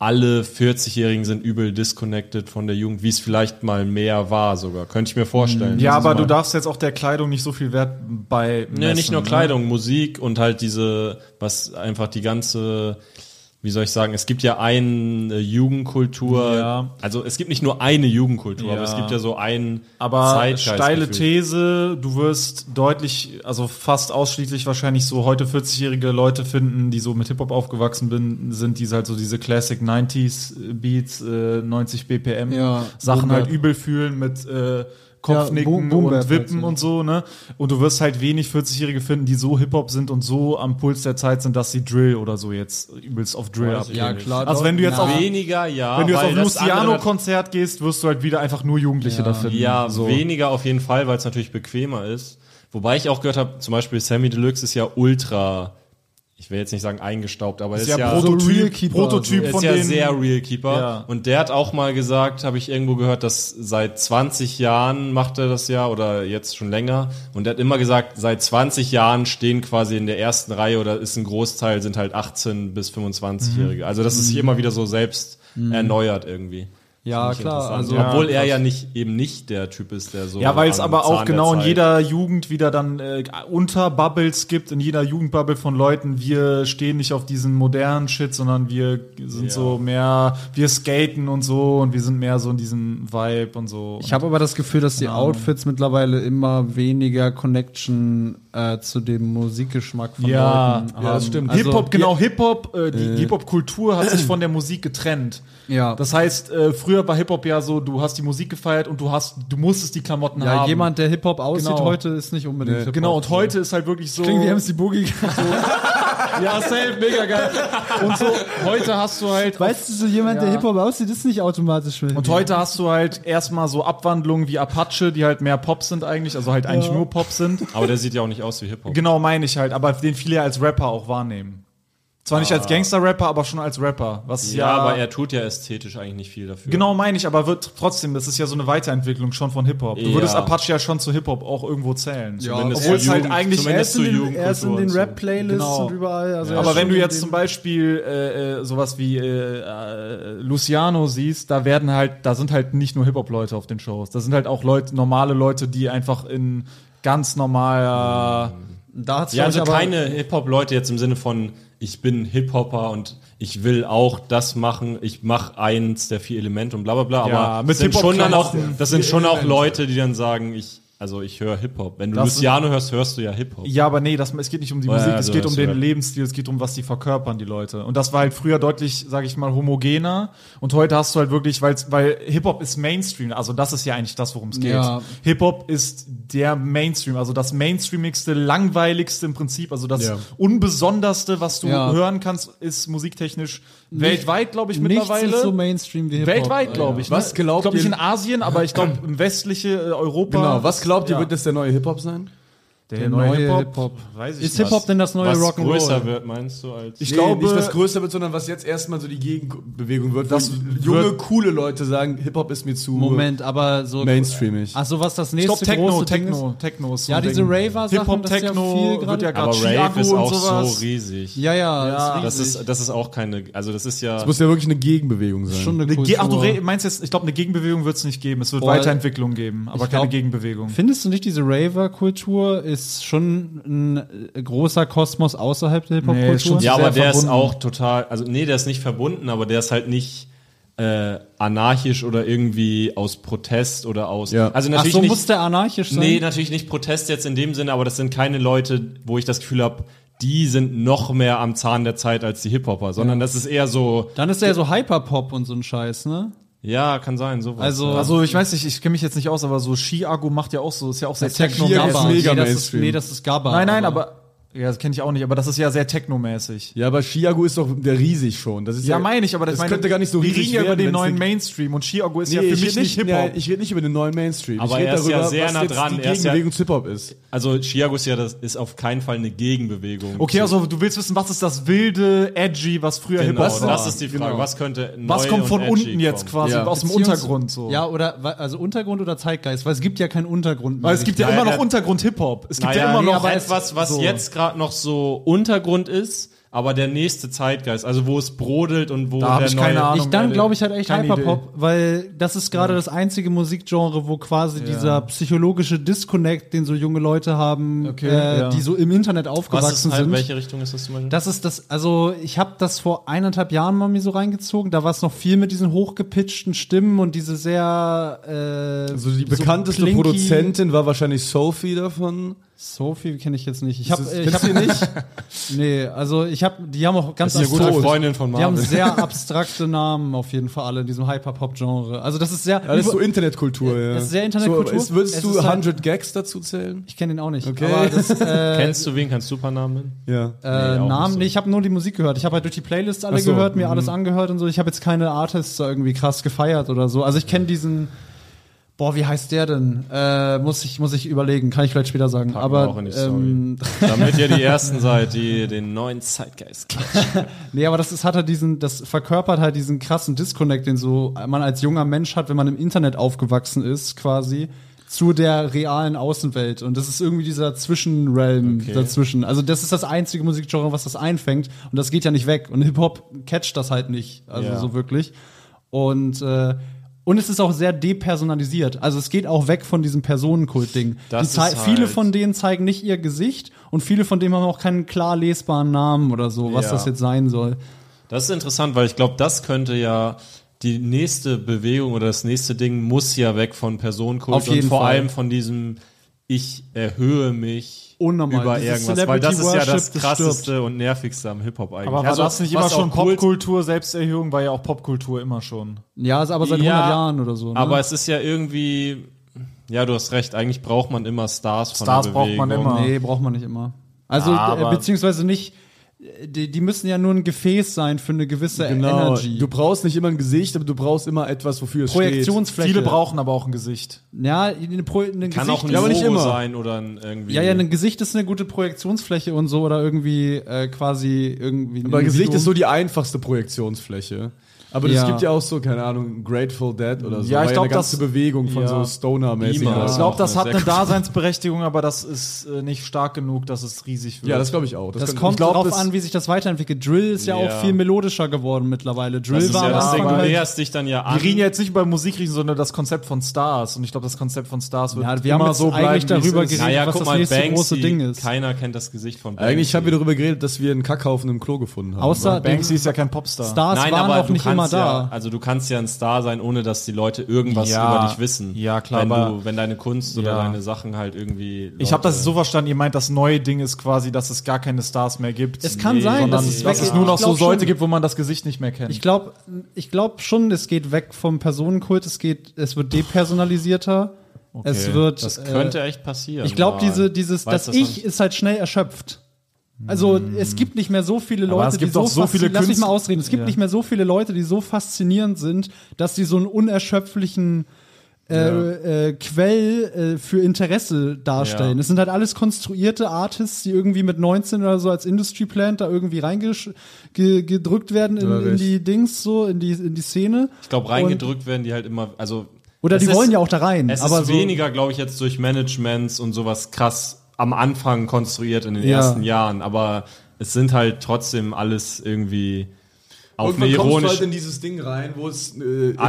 alle 40-Jährigen sind übel disconnected von der Jugend, wie es vielleicht mal mehr war sogar. Könnte ich mir vorstellen.
Mhm. ja,
Also
aber du
mal-
darfst jetzt auch der Kleidung nicht so viel Wert bei.
ja,
messen,
nicht nur
ne?
Kleidung, Musik und halt diese, was einfach die ganze, wie soll ich sagen, es gibt ja eine Jugendkultur.
Ja.
Also es gibt nicht nur eine Jugendkultur,
Ja.
aber es gibt ja so einen
Aber
Zeitgeist-
steile
Gefühl.
These, du wirst deutlich, also fast ausschließlich wahrscheinlich so heute 40-jährige Leute finden, die so mit Hip-Hop aufgewachsen bin, sind, die halt so diese Classic 90s Beats, äh, 90 BPM
Ja,
Sachen
Boom
halt
Bap.
übel fühlen mit äh, Kopfnicken
Boom- Boom Bap
und
halt
Wippen
so.
und so, ne? Und du wirst halt wenig 40-Jährige finden, die so Hip-Hop sind und so am Puls der Zeit sind, dass sie Drill oder so jetzt übelst auf Drill abgehen.
ja, klar.
Also wenn du jetzt
Na,
auf-
Weniger, ja.
Wenn du jetzt
weil
auf ein
das andere-
Luciano-Konzert gehst, wirst du halt wieder einfach nur Jugendliche da finden.
Ja,
so.
weniger auf jeden Fall, weil es natürlich bequemer ist. Wobei ich auch gehört habe, zum Beispiel Sammy Deluxe ist ja ultra, ich will jetzt nicht sagen eingestaubt, aber ist,
ja,
ja,
Prototyp,
So Real Keeper,
Prototyp
ist
von
ja
denen.
sehr Real Keeper.
Ja.
Und der hat auch mal gesagt, habe ich irgendwo gehört, dass seit 20 Jahren macht er das ja oder jetzt schon länger. Und er hat immer gesagt, seit 20 Jahren stehen quasi in der ersten Reihe oder ist ein Großteil sind halt 18 bis
Mhm.
25-Jährige. Also das ist hier immer wieder so selbst erneuert irgendwie.
Ja,
Finde ich
klar.
interessant.
Also,
Ja.
Obwohl er ja nicht eben nicht der Typ ist, der so.
Ja, weil es
am
aber auch
Zahn der
genau in
Zeit-
jeder Jugend wieder dann äh, Unterbubbles gibt, in jeder Jugendbubble von Leuten, wir stehen nicht auf diesen modernen Shit, sondern wir sind so mehr, wir skaten und so und wir sind mehr so in diesem Vibe und so.
Ich habe aber das Gefühl, dass die Outfits mittlerweile immer weniger Connection äh, zu dem Musikgeschmack von
ja, genau,
Leuten haben.
ja, das stimmt.
Also,
Hip-Hop, genau, Hip-Hop, äh, die Hip-Hop-Kultur hat sich von der Musik getrennt.
Ja.
Das heißt, äh, früher war Hip-Hop ja so, du hast die Musik gefeiert und du hast, du musstest die Klamotten
Ja,
haben.
jemand, der Hip-Hop aussieht
Genau.
heute, ist nicht unbedingt Hip-Hop.
Genau, und heute ist halt wirklich so.
Klingt wie MC Boogie.
ja, safe, mega geil. Und so, heute hast du halt.
Weißt du, so jemand, der Hip-Hop aussieht, ist nicht automatisch
Und heute hast du halt erstmal so Abwandlungen wie Apache, die halt mehr Pop sind eigentlich, also halt eigentlich nur Pop sind.
Aber der sieht ja auch nicht aus wie Hip-Hop.
Genau, meine ich halt, aber den viele ja als Rapper auch wahrnehmen. Zwar nicht als Gangster-Rapper, aber schon als Rapper. Was ja,
Ja, aber er tut ja ästhetisch eigentlich nicht viel dafür.
Genau, meine ich, aber wird trotzdem, das ist ja so eine Weiterentwicklung schon von Hip-Hop. Du
Ja.
würdest Apache ja schon zu Hip-Hop auch irgendwo zählen.
Zumindest
obwohl
zur
es halt
Jugend-
eigentlich erst
zumindest
in
zur
den-
Er ist in
Jugendkultur
den
und so.
Rap-Playlists
Genau.
und überall. Also er
aber
ist
wenn
schon
du
in
jetzt
dem-
zum Beispiel äh, äh, sowas wie äh, äh, Luciano siehst, da werden halt, da sind halt nicht nur Hip-Hop-Leute auf den Shows. Da sind halt auch Leute, normale Leute, die einfach in ganz normaler
Da hat's
Ja, also
glaub ich, aber-
keine Hip-Hop-Leute jetzt im Sinne von, ich bin Hip-Hopper und ich will auch das machen, ich mache eins der vier Elemente und bla bla bla,
Ja,
aber
mit
das sind
Hip-Hop
schon dann auch,
Klamotten.
das sind schon auch Leute, die dann sagen, ich, also ich höre Hip-Hop. Wenn du
Das-
Luciano hörst, hörst du ja Hip-Hop.
Ja, aber nee, das, es geht nicht um die
Ja,
Musik,
ja,
es
so,
geht um
das
den
wär-
Lebensstil, es geht um, was die verkörpern, die Leute. Und das war halt früher deutlich, sage ich mal, homogener. Und heute hast du halt wirklich, weil's, weil Hip-Hop ist Mainstream, also das ist ja eigentlich das, worum es geht.
Ja.
Hip-Hop ist der Mainstream, also das mainstreamigste, langweiligste im Prinzip, also das unbesonderste, was du
Ja.
hören kannst, ist musiktechnisch weltweit, glaube ich,
Nichts
mittlerweile.
ist so Mainstream wie Hip-Hop.
weltweit, glaube ich. ne?
Was glaubt
ich? glaube nicht
ihr-
in Asien, aber ich glaube im westlichen äh, Europa.
Genau, was glaubt ihr,
Ja.
wird das der neue Hip-Hop sein?
Der
neue
neue Hip-Hop.
Hip-Hop.
Weiß ich
Ist Hip-Hop denn das neue
Was
Rock'n'Roll?
größer wird, meinst du, als
Ich glaube-
nicht was größer wird, sondern was jetzt erstmal so die Gegenbewegung wird, dass junge, coole Leute sagen, Hip-Hop ist mir zu
Moment, aber so.
mainstreamig.
Achso, was das
Ich
nächste
glaube Techno,
große Ding
Techno,
ist?
Techno ist so
Ja,
ein
diese
Ding.
Raver-Sachen,
Hip-Hop,
das ist ja
Techno
viel gerade-
wird ja
Aber
gerade
Rave
Chiago
ist
und
auch
sowas.
so riesig.
Ja, ja, ja.
Das ist, das ist auch keine, also das ist ja,
Das muss ja wirklich eine Gegenbewegung sein.
schon eine
Eine Ge- Ach, du re-
Kultur.
meinst jetzt, ich glaube, eine Gegenbewegung wird es nicht geben. Es wird
Boah,
Weiterentwicklung geben, aber
ich
keine
glaub-
Gegenbewegung.
Findest du nicht, diese Raver-Kultur ist schon ein äh, großer Kosmos außerhalb der
Nee, ist
Hip-Hop-Kultur?
schon
ja,
sehr
aber der ist
verbunden.
auch total, also nee, der ist nicht verbunden, aber der ist halt nicht äh, anarchisch oder irgendwie aus Protest oder aus,
Ja.
also
Ach,
natürlich
so
nicht,
muss der anarchisch sein?
Nee, natürlich nicht Protest jetzt in dem Sinne, aber das sind keine Leute, wo ich das Gefühl habe, die sind noch mehr am Zahn der Zeit als die Hip-Hopper, sondern das ist eher so,
Dann ist er ja so Hyperpop und so ein Scheiß, ne?
ja, kann sein, sowas.
Also,
Also, ich weiß nicht, ich kenne mich jetzt nicht aus, aber so Chiago macht ja auch so, ist ja auch sehr techno
Chiago ist
nee,
mega
das ist,
Mainstream.
nee, das ist Gabba.
Nein, nein, aber ja, das kenne ich auch nicht, aber das ist ja sehr technomäßig.
ja, aber Chiago ist doch der riesig schon. Das ist
Ja, meine ich, aber das,
das
meine,
könnte gar nicht so
Wir
riesig
reden ja über
werden,
den
wenn's
neuen
nicht-
Mainstream und Chiago ist
Nee,
ja für
ich
mich
rede
nicht
nicht,
Hip-Hop.
nee, ich rede nicht über den neuen Mainstream.
Aber
ich rede
er ist ja sehr nah dran.
die
Er ist ja-
Gegenbewegung zu Hip-Hop ist.
also Chiago ist ja, das ist auf keinen Fall eine Gegenbewegung.
Okay, also du willst wissen, was ist das wilde, edgy, was früher
genau,
Hip-Hop war?
das ist die Frage. Was könnte neu
was kommt
und
von
edgy
unten jetzt
kommen?
quasi,
Ja.
aus dem
Beziehungs-
Untergrund so?
Ja, oder, wa- also Untergrund oder Zeitgeist, weil es gibt ja keinen Untergrund
Weil Also es gibt ja,
Naja,
immer noch
der-
Untergrund-Hip-Hop. Es gibt
Naja,
ja immer
Ah nee,
noch
aber
es-
etwas, was
so.
jetzt gerade noch so Untergrund ist, aber der nächste Zeitgeist, also wo es brodelt und wo
Da hab
der
ich keine Ahnung.
Ich dann
ehrlich.
glaube ich halt echt
Keine
Hyperpop, weil das ist gerade das einzige Musikgenre, wo quasi dieser psychologische Disconnect, den so junge Leute haben, äh,
ja.
die so im Internet
was
aufgewachsen
ist halt,
sind.
welche Richtung ist das zum Beispiel?
Das ist das, also ich habe das vor eineinhalb Jahren mal mir so reingezogen. Da war es noch viel mit diesen hochgepitchten Stimmen und diese sehr. Äh,
Also die bekannteste
plinky-
Produzentin war wahrscheinlich Sophie davon.
Sophie kenne ich jetzt nicht. Ich habe,
Das-
ich habe
kennst du die nicht?
nee, also ich habe, die haben auch ganz
Das ist eine gute
abstrakt-
Freundin von
Die haben
Marvin.
sehr abstrakte Namen auf jeden Fall alle in diesem Hyperpop-Genre. Also das ist sehr.
Ja, das ist so Internetkultur. Ja.
das ist sehr Internetkultur.
So, ist, würdest
Es
du
ist halt-
100 Gags dazu zählen?
ich kenne den auch nicht.
Okay.
Aber das, äh,
Kennst du wen? Kannst du ein paar Namen nennen?
Ja.
auch
äh,
nicht
Namen,
so. mhm.
nee, ich habe nur die Musik gehört. Ich habe halt durch die Playlists alle
Ach so,
gehört, mir alles angehört und so. Ich habe jetzt keine Artists da irgendwie krass gefeiert oder so. Also ich kenne diesen. Boah, wie heißt der denn? Äh, muss ich muss ich überlegen. Kann ich vielleicht später sagen.
Packen wir
Aber
auch in die Story.
ähm,
Damit ihr die Ersten seid, die den neuen Zeitgeist kennen.
Nee, aber das ist, hat halt diesen, das verkörpert halt diesen krassen Disconnect, den so man als junger Mensch hat, wenn man im Internet aufgewachsen ist, quasi, zu der realen Außenwelt. Und das ist irgendwie dieser Zwischenrealm dazwischen. Also das ist das einzige Musikgenre, was das einfängt. Und das geht ja nicht weg. Und Hip-Hop catcht das halt nicht. Also
Ja.
so wirklich. Und, äh, und es ist auch sehr depersonalisiert. Also es geht auch weg von diesem Personenkult-Ding.
Das
Die zei-
ist
Viele
halt-
von denen zeigen nicht ihr Gesicht und viele von denen haben auch keinen klar lesbaren Namen oder so, was
Ja.
das jetzt sein soll.
Das ist interessant, weil ich glaube, das könnte ja die nächste Bewegung oder das nächste Ding muss ja weg von Personenkult
Auf jeden
und vor
Fall.
allem von diesem
ich erhöhe mich
Unnormal.
über
Dieses
irgendwas, weil das ist ja das
Celebrity-Worship, das
krasseste und nervigste am Hip-Hop eigentlich.
Aber war
Also,
das nicht immer
was
schon
auch cool-
Popkultur? Selbsterhöhung war ja auch Popkultur immer schon.
Ja, ist aber seit 100
Ja,
Jahren oder so. Ne?
Aber es ist ja irgendwie, ja, du hast recht, eigentlich braucht man immer Stars von
Stars
der
braucht
Bewegung.
man immer.
nee, braucht man nicht immer. Also,
Aber-
äh, beziehungsweise nicht. äh, Die, die müssen ja nur ein Gefäß sein für eine gewisse
Genau.
Energy.
Du brauchst nicht immer ein Gesicht, aber du brauchst immer etwas, wofür es
Projektionsfläche.
Viele brauchen aber auch ein Gesicht.
Ja, eine Pro eine
Kann
Gesicht
auch ein
Ja, aber nicht
Logo
immer.
sein oder ein irgendwie.
Ja, ja, ein Gesicht ist eine gute Projektionsfläche und so oder irgendwie äh, quasi irgendwie. ein
Aber Gesicht
Individuum.
ist so die einfachste Projektionsfläche. Aber es
Ja.
gibt ja auch so, keine Ahnung, Grateful Dead oder so.
Ja, ich
War
glaub,
eine ganze
das-
Bewegung von
ja.
so Stoner-mäßig.
Beamer.
oder
Ich
so.
glaube, das
Auch eine
hat
sehr
eine
gute-
Daseinsberechtigung, aber das ist äh, nicht stark genug, dass es riesig wird.
Ja, das glaube ich auch.
Das
kann-
kommt
ich glaub,
darauf
das-
an, wie sich das weiterentwickelt. Drill ist ja,
Ja.
auch viel melodischer geworden mittlerweile. Drill
das ist
war
ja
am
das Ding, du
Anfang halt,
näherst dich dann ja an.
wir reden ja jetzt nicht über Musik, reden, sondern das Konzept von Stars. Und ich glaube, das Konzept von Stars wird
Ja, wir haben
immer
jetzt
so bleiben,
eigentlich
wie es
darüber
ist.
geredet.
naja,
was
guck
das
mal,
nächste
Banksy,
große Ding ist.
keiner kennt das Gesicht von Banksy.
Eigentlich haben wir darüber geredet, dass wir einen Kackhaufen im Klo gefunden haben.
Außer
Banksy
Banksy
ist ja kein Popstar.
Stars
Nein,
waren
aber
auch
du
nicht
kannst
immer
ja,
da.
also du kannst ja ein Star sein, ohne dass die Leute irgendwas
Ja.
über dich wissen.
Ja, klar,
Wenn,
aber-
du, wenn deine Kunst oder
Ja.
deine Sachen halt irgendwie. Leute,
Ich habe das so verstanden, ihr meint, das neue Ding ist quasi, dass es gar keine Stars mehr gibt.
Es kann sein,
sondern
dass es
dass
weggeht.
es nur noch
Ich glaub
so Leute
schon.
gibt, wo man das Gesicht nicht mehr kennt.
Ich glaube ich glaub schon, es geht weg vom Personenkult, es geht, es wird depersonalisierter. es wird.
Das
äh,
könnte echt passieren.
Ich glaube,
mal.
diese, dieses,
Weiß
das, Ich ist halt schnell erschöpft. Also es gibt nicht mehr so viele Leute,
es gibt
die so,
auch so viele
faszinierend- Lass mich
Künst-
mal ausreden. Es gibt
Ja.
nicht mehr so viele Leute, die so faszinierend sind, dass sie so einen unerschöpflichen äh, äh, Quell äh, für Interesse darstellen.
Ja.
Es sind halt alles konstruierte Artists, die irgendwie mit 19 oder so als Industry Plant da irgendwie reingedrückt werden in,
Ja,
in
recht.
die Dings so, in die, in die Szene.
Ich glaube, reingedrückt werden die halt immer. Also,
Oder
es
die
ist-
wollen ja auch da rein.
Es
aber
ist
so,
weniger, glaube ich, jetzt durch Managements und sowas krass am Anfang konstruiert in den
Ja.
ersten Jahren, aber es sind halt trotzdem alles irgendwie auf eine
Irgendwann kommst du halt
ironische
in dieses Ding rein, wo es äh, etablierte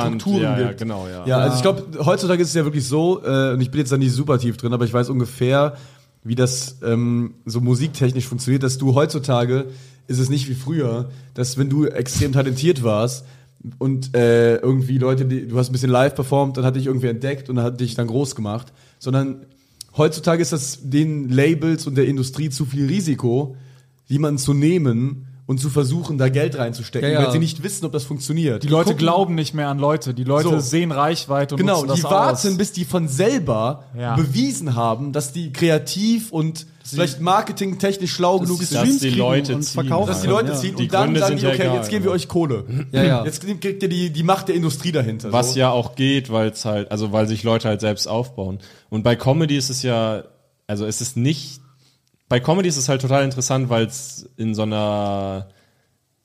Anbiedernd,
Strukturen
ja, ja,
gibt.
genau, ja.
Ja, also
Ah.
ich glaube, heutzutage ist es ja wirklich so, äh, und ich bin jetzt da nicht super tief drin, aber ich weiß ungefähr, wie das ähm, so musiktechnisch funktioniert, dass du heutzutage, ist es nicht wie früher, dass wenn du extrem talentiert warst und äh, irgendwie Leute, die, du hast ein bisschen live performt, dann hat dich irgendwie entdeckt und hat dich dann groß gemacht, sondern heutzutage ist das den Labels und der Industrie zu viel Risiko, jemanden zu nehmen und zu versuchen, da Geld reinzustecken,
Ja, ja.
weil sie nicht wissen, ob das funktioniert.
die Leute
gucken-
glauben nicht mehr an Leute. Die Leute
So.
sehen Reichweite und
Genau,
nutzen das
die warten,
aus.
bis die von selber
Ja.
bewiesen haben, dass die kreativ und vielleicht marketingtechnisch schlau genug
sie
sind,
dass die
kriegen
Leute
und
ziehen.
verkaufen.
dass die Leute
Ja.
ziehen
Die
und dann
Gründe
sagen
sind
die,
ja
okay,
egal,
jetzt geben wir euch Kohle.
Ja, ja.
Jetzt kriegt ihr die, die Macht der Industrie dahinter.
Was
so.
ja auch geht, weil es halt, also weil sich Leute halt selbst aufbauen. Und bei Comedy ist es ja, also es ist nicht, bei Comedy ist es halt total interessant, weil es in so einer,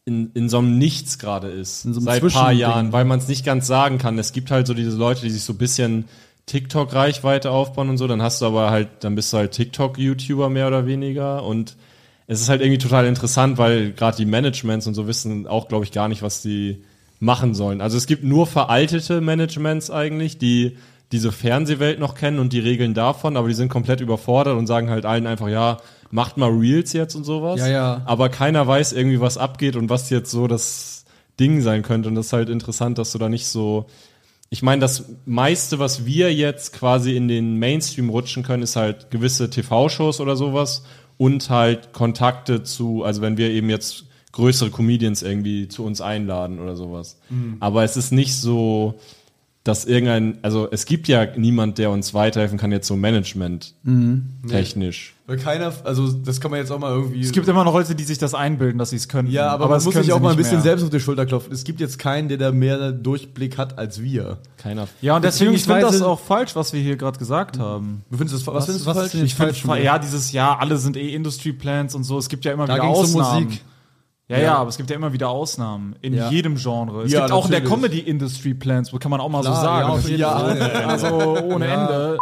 in, in so einem Nichts gerade ist.
so einem
seit paar
Zwischending.
Jahren, weil man es nicht ganz sagen kann. Es gibt halt so diese Leute, die sich so ein bisschen TikTok-Reichweite aufbauen und so, dann hast du aber halt, dann bist du halt TikTok-YouTuber mehr oder weniger und es ist halt irgendwie total interessant, weil gerade die Managements und so wissen auch, glaube ich, gar nicht, was die machen sollen. Also es gibt nur veraltete Managements eigentlich, die diese Fernsehwelt noch kennen und die Regeln davon, aber die sind komplett überfordert und sagen halt allen einfach, ja, macht mal Reels jetzt und sowas.
Ja, ja.
Aber keiner weiß irgendwie, was abgeht und was jetzt so das Ding sein könnte. Und das ist halt interessant, dass du da nicht so. Ich meine, das meiste, was wir jetzt quasi in den Mainstream rutschen können, ist halt gewisse TV-Shows oder sowas und halt Kontakte zu, also wenn wir eben jetzt größere Comedians irgendwie zu uns einladen oder sowas. Aber es ist nicht so, dass irgendein, also es gibt ja niemand, der uns weiterhelfen kann, jetzt so Management technisch.
Weil keiner, also das kann man jetzt auch mal irgendwie.
es gibt immer noch Leute, die sich das einbilden, dass sie es können.
ja, aber, man muss sich auch mal ein bisschen
selbst
selbst auf die Schulter klopfen. Es gibt jetzt keinen, der da mehr Durchblick hat als wir.
Keiner.
Ja, und deswegen, ich finde
Beziehungsweise-
das auch falsch, was wir hier gerade gesagt haben.
Du findest das, was, findest du
was
falsch?
ist denn
Ich finde,
falsch gemacht?
ja, dieses Jahr, alle sind eh Industry Plans und so. Es gibt ja immer
Da
wieder
ging's um
Ausnahmen.
Musik.
Ja, ja, aber es gibt ja immer wieder Ausnahmen. In
Ja.
jedem Genre. Es
Ja,
gibt auch in der
natürlich.
Comedy Industry Plans, wo kann man auch mal so
Ah,
Klar,
sagen.
ja, auf jeden Fall.
Also ohne
Ja.
Ende.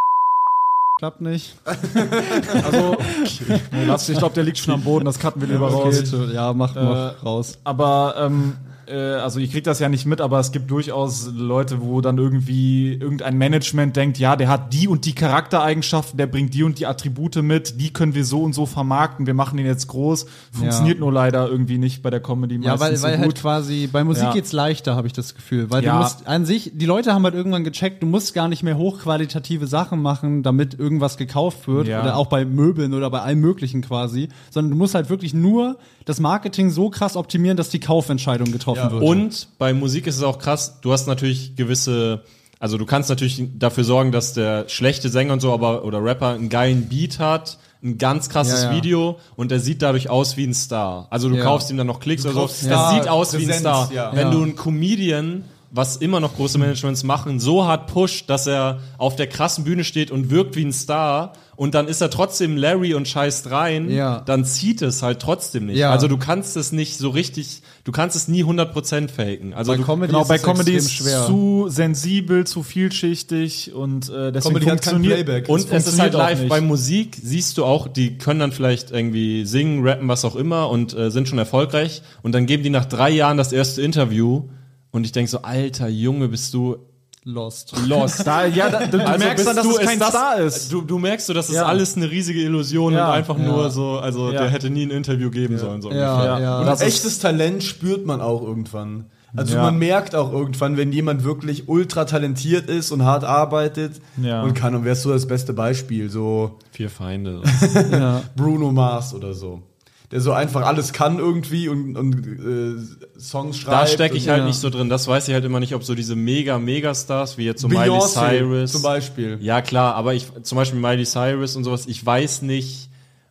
Klappt nicht.
Also,
Äh,
nee, lass, ich glaube, der liegt schon am Boden, das cutten wir lieber raus.
Okay, ja, mach, mach raus.
Aber ähm, äh, also ich kriege das ja nicht mit, aber es gibt durchaus Leute, wo dann irgendwie irgendein Management denkt, ja, der hat die und die Charaktereigenschaften, der bringt die und die Attribute mit, die können wir so und so vermarkten, wir machen den jetzt groß. Funktioniert nur leider irgendwie nicht bei der Comedy
Ja, weil,
meistens
weil
so
halt
gut.
quasi bei Musik
Ja.
geht's leichter, habe ich das Gefühl. Weil
Ja.
du musst an sich, die Leute haben halt irgendwann gecheckt, du musst gar nicht mehr hochqualitative Sachen machen, damit irgendwas gekauft wird.
Ja.
Oder auch bei Möbeln oder bei allem möglichen quasi, sondern du musst halt wirklich nur das Marketing so krass optimieren, dass die Kaufentscheidung getroffen wird.
Und bei Musik ist es auch krass, du hast natürlich gewisse, also du kannst natürlich dafür sorgen, dass der schlechte Sänger und so, aber oder Rapper einen geilen Beat hat, ein ganz krasses
Ja, ja.
Video und er sieht dadurch aus wie ein Star. Also du
Ja.
kaufst ihm dann noch Klicks oder
kaufst
so.
Star,
Das sieht aus wie ein
Präsenz,
Star.
ja.
Wenn
Ja.
du einen Comedian was immer noch große Managements machen, so hart pusht, dass er auf der krassen Bühne steht und wirkt wie ein Star und dann ist er trotzdem Larry und scheißt rein,
Ja.
dann zieht es halt trotzdem nicht.
Ja.
Also du kannst es nicht so richtig, du kannst es nie 100% faken. Also du,
Comedy
Genau, bei
es
Comedy
extrem
ist zu sensibel, zu vielschichtig und äh, deswegen
Comedy hat kein
funktioniert
Playback.
und es ist halt
funktioniert auch
live
nicht.
bei Musik, siehst du auch, die können dann vielleicht irgendwie singen, rappen, was auch immer und äh, sind schon erfolgreich und dann geben die nach drei Jahren das erste Interview und ich denke so, alter Junge, bist du
lost.
lost.
Da, ja, da, du
Also
merkst
bist
dann, dass
du-
es kein
das-
Star ist.
Du, du merkst so, das ist
Ja.
alles eine riesige Illusion
Ja.
und einfach nur so, also
Ja.
der hätte nie ein Interview geben sollen. So ungefähr.
Ja, ja.
Und echtes Talent spürt man auch irgendwann. Also
Ja.
man merkt auch irgendwann, wenn jemand wirklich ultra talentiert ist und hart arbeitet
Ja.
und kann. Und wärst du das beste Beispiel? So
Vier Feinde.
Bruno Mars oder so. Der so einfach alles kann irgendwie und, und äh, Songs schreibt.
Da stecke ich
und-
halt
ja.
nicht so drin. Das weiß ich halt immer nicht, ob so diese mega, mega Stars wie jetzt so Miley
Beyoncé
Cyrus.
zum Beispiel.
Ja, klar, aber ich, zum Beispiel Miley Cyrus und sowas, ich weiß nicht,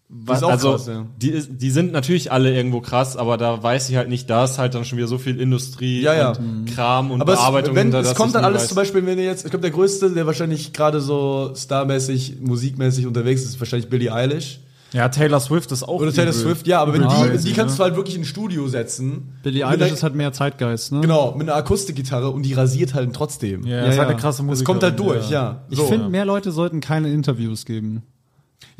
was,
ist auch
also,
krass, ja.
die, ist- die sind natürlich alle irgendwo krass, aber da weiß ich halt nicht, da ist halt dann schon wieder so viel Industrie
Ja, ja.
und Kram und
Aber es,
Bearbeitung.
wenn,
hinter,
es
dass ich
kommt dann
nie
alles
weiß.
zum Beispiel, wenn ihr jetzt, ich glaube, der größte, der wahrscheinlich gerade so starmäßig, musikmäßig unterwegs ist, ist wahrscheinlich Billie Eilish.
ja, Taylor Swift ist auch
Oder Taylor
übel.
Swift, ja, aber wenn
Übel
die,
crazy,
die kannst
ne?
du halt wirklich in ein Studio setzen.
Billie
Und mit
Eilish
einer-
ist halt mehr Zeitgeist, ne?
Genau, mit einer Akustikgitarre und die rasiert halt trotzdem.
Ja,
Ja,
ist halt
ja.
eine krasse
Es
Musik.
kommt halt durch, ja.
Ich
So.
finde, mehr Leute sollten keine Interviews geben.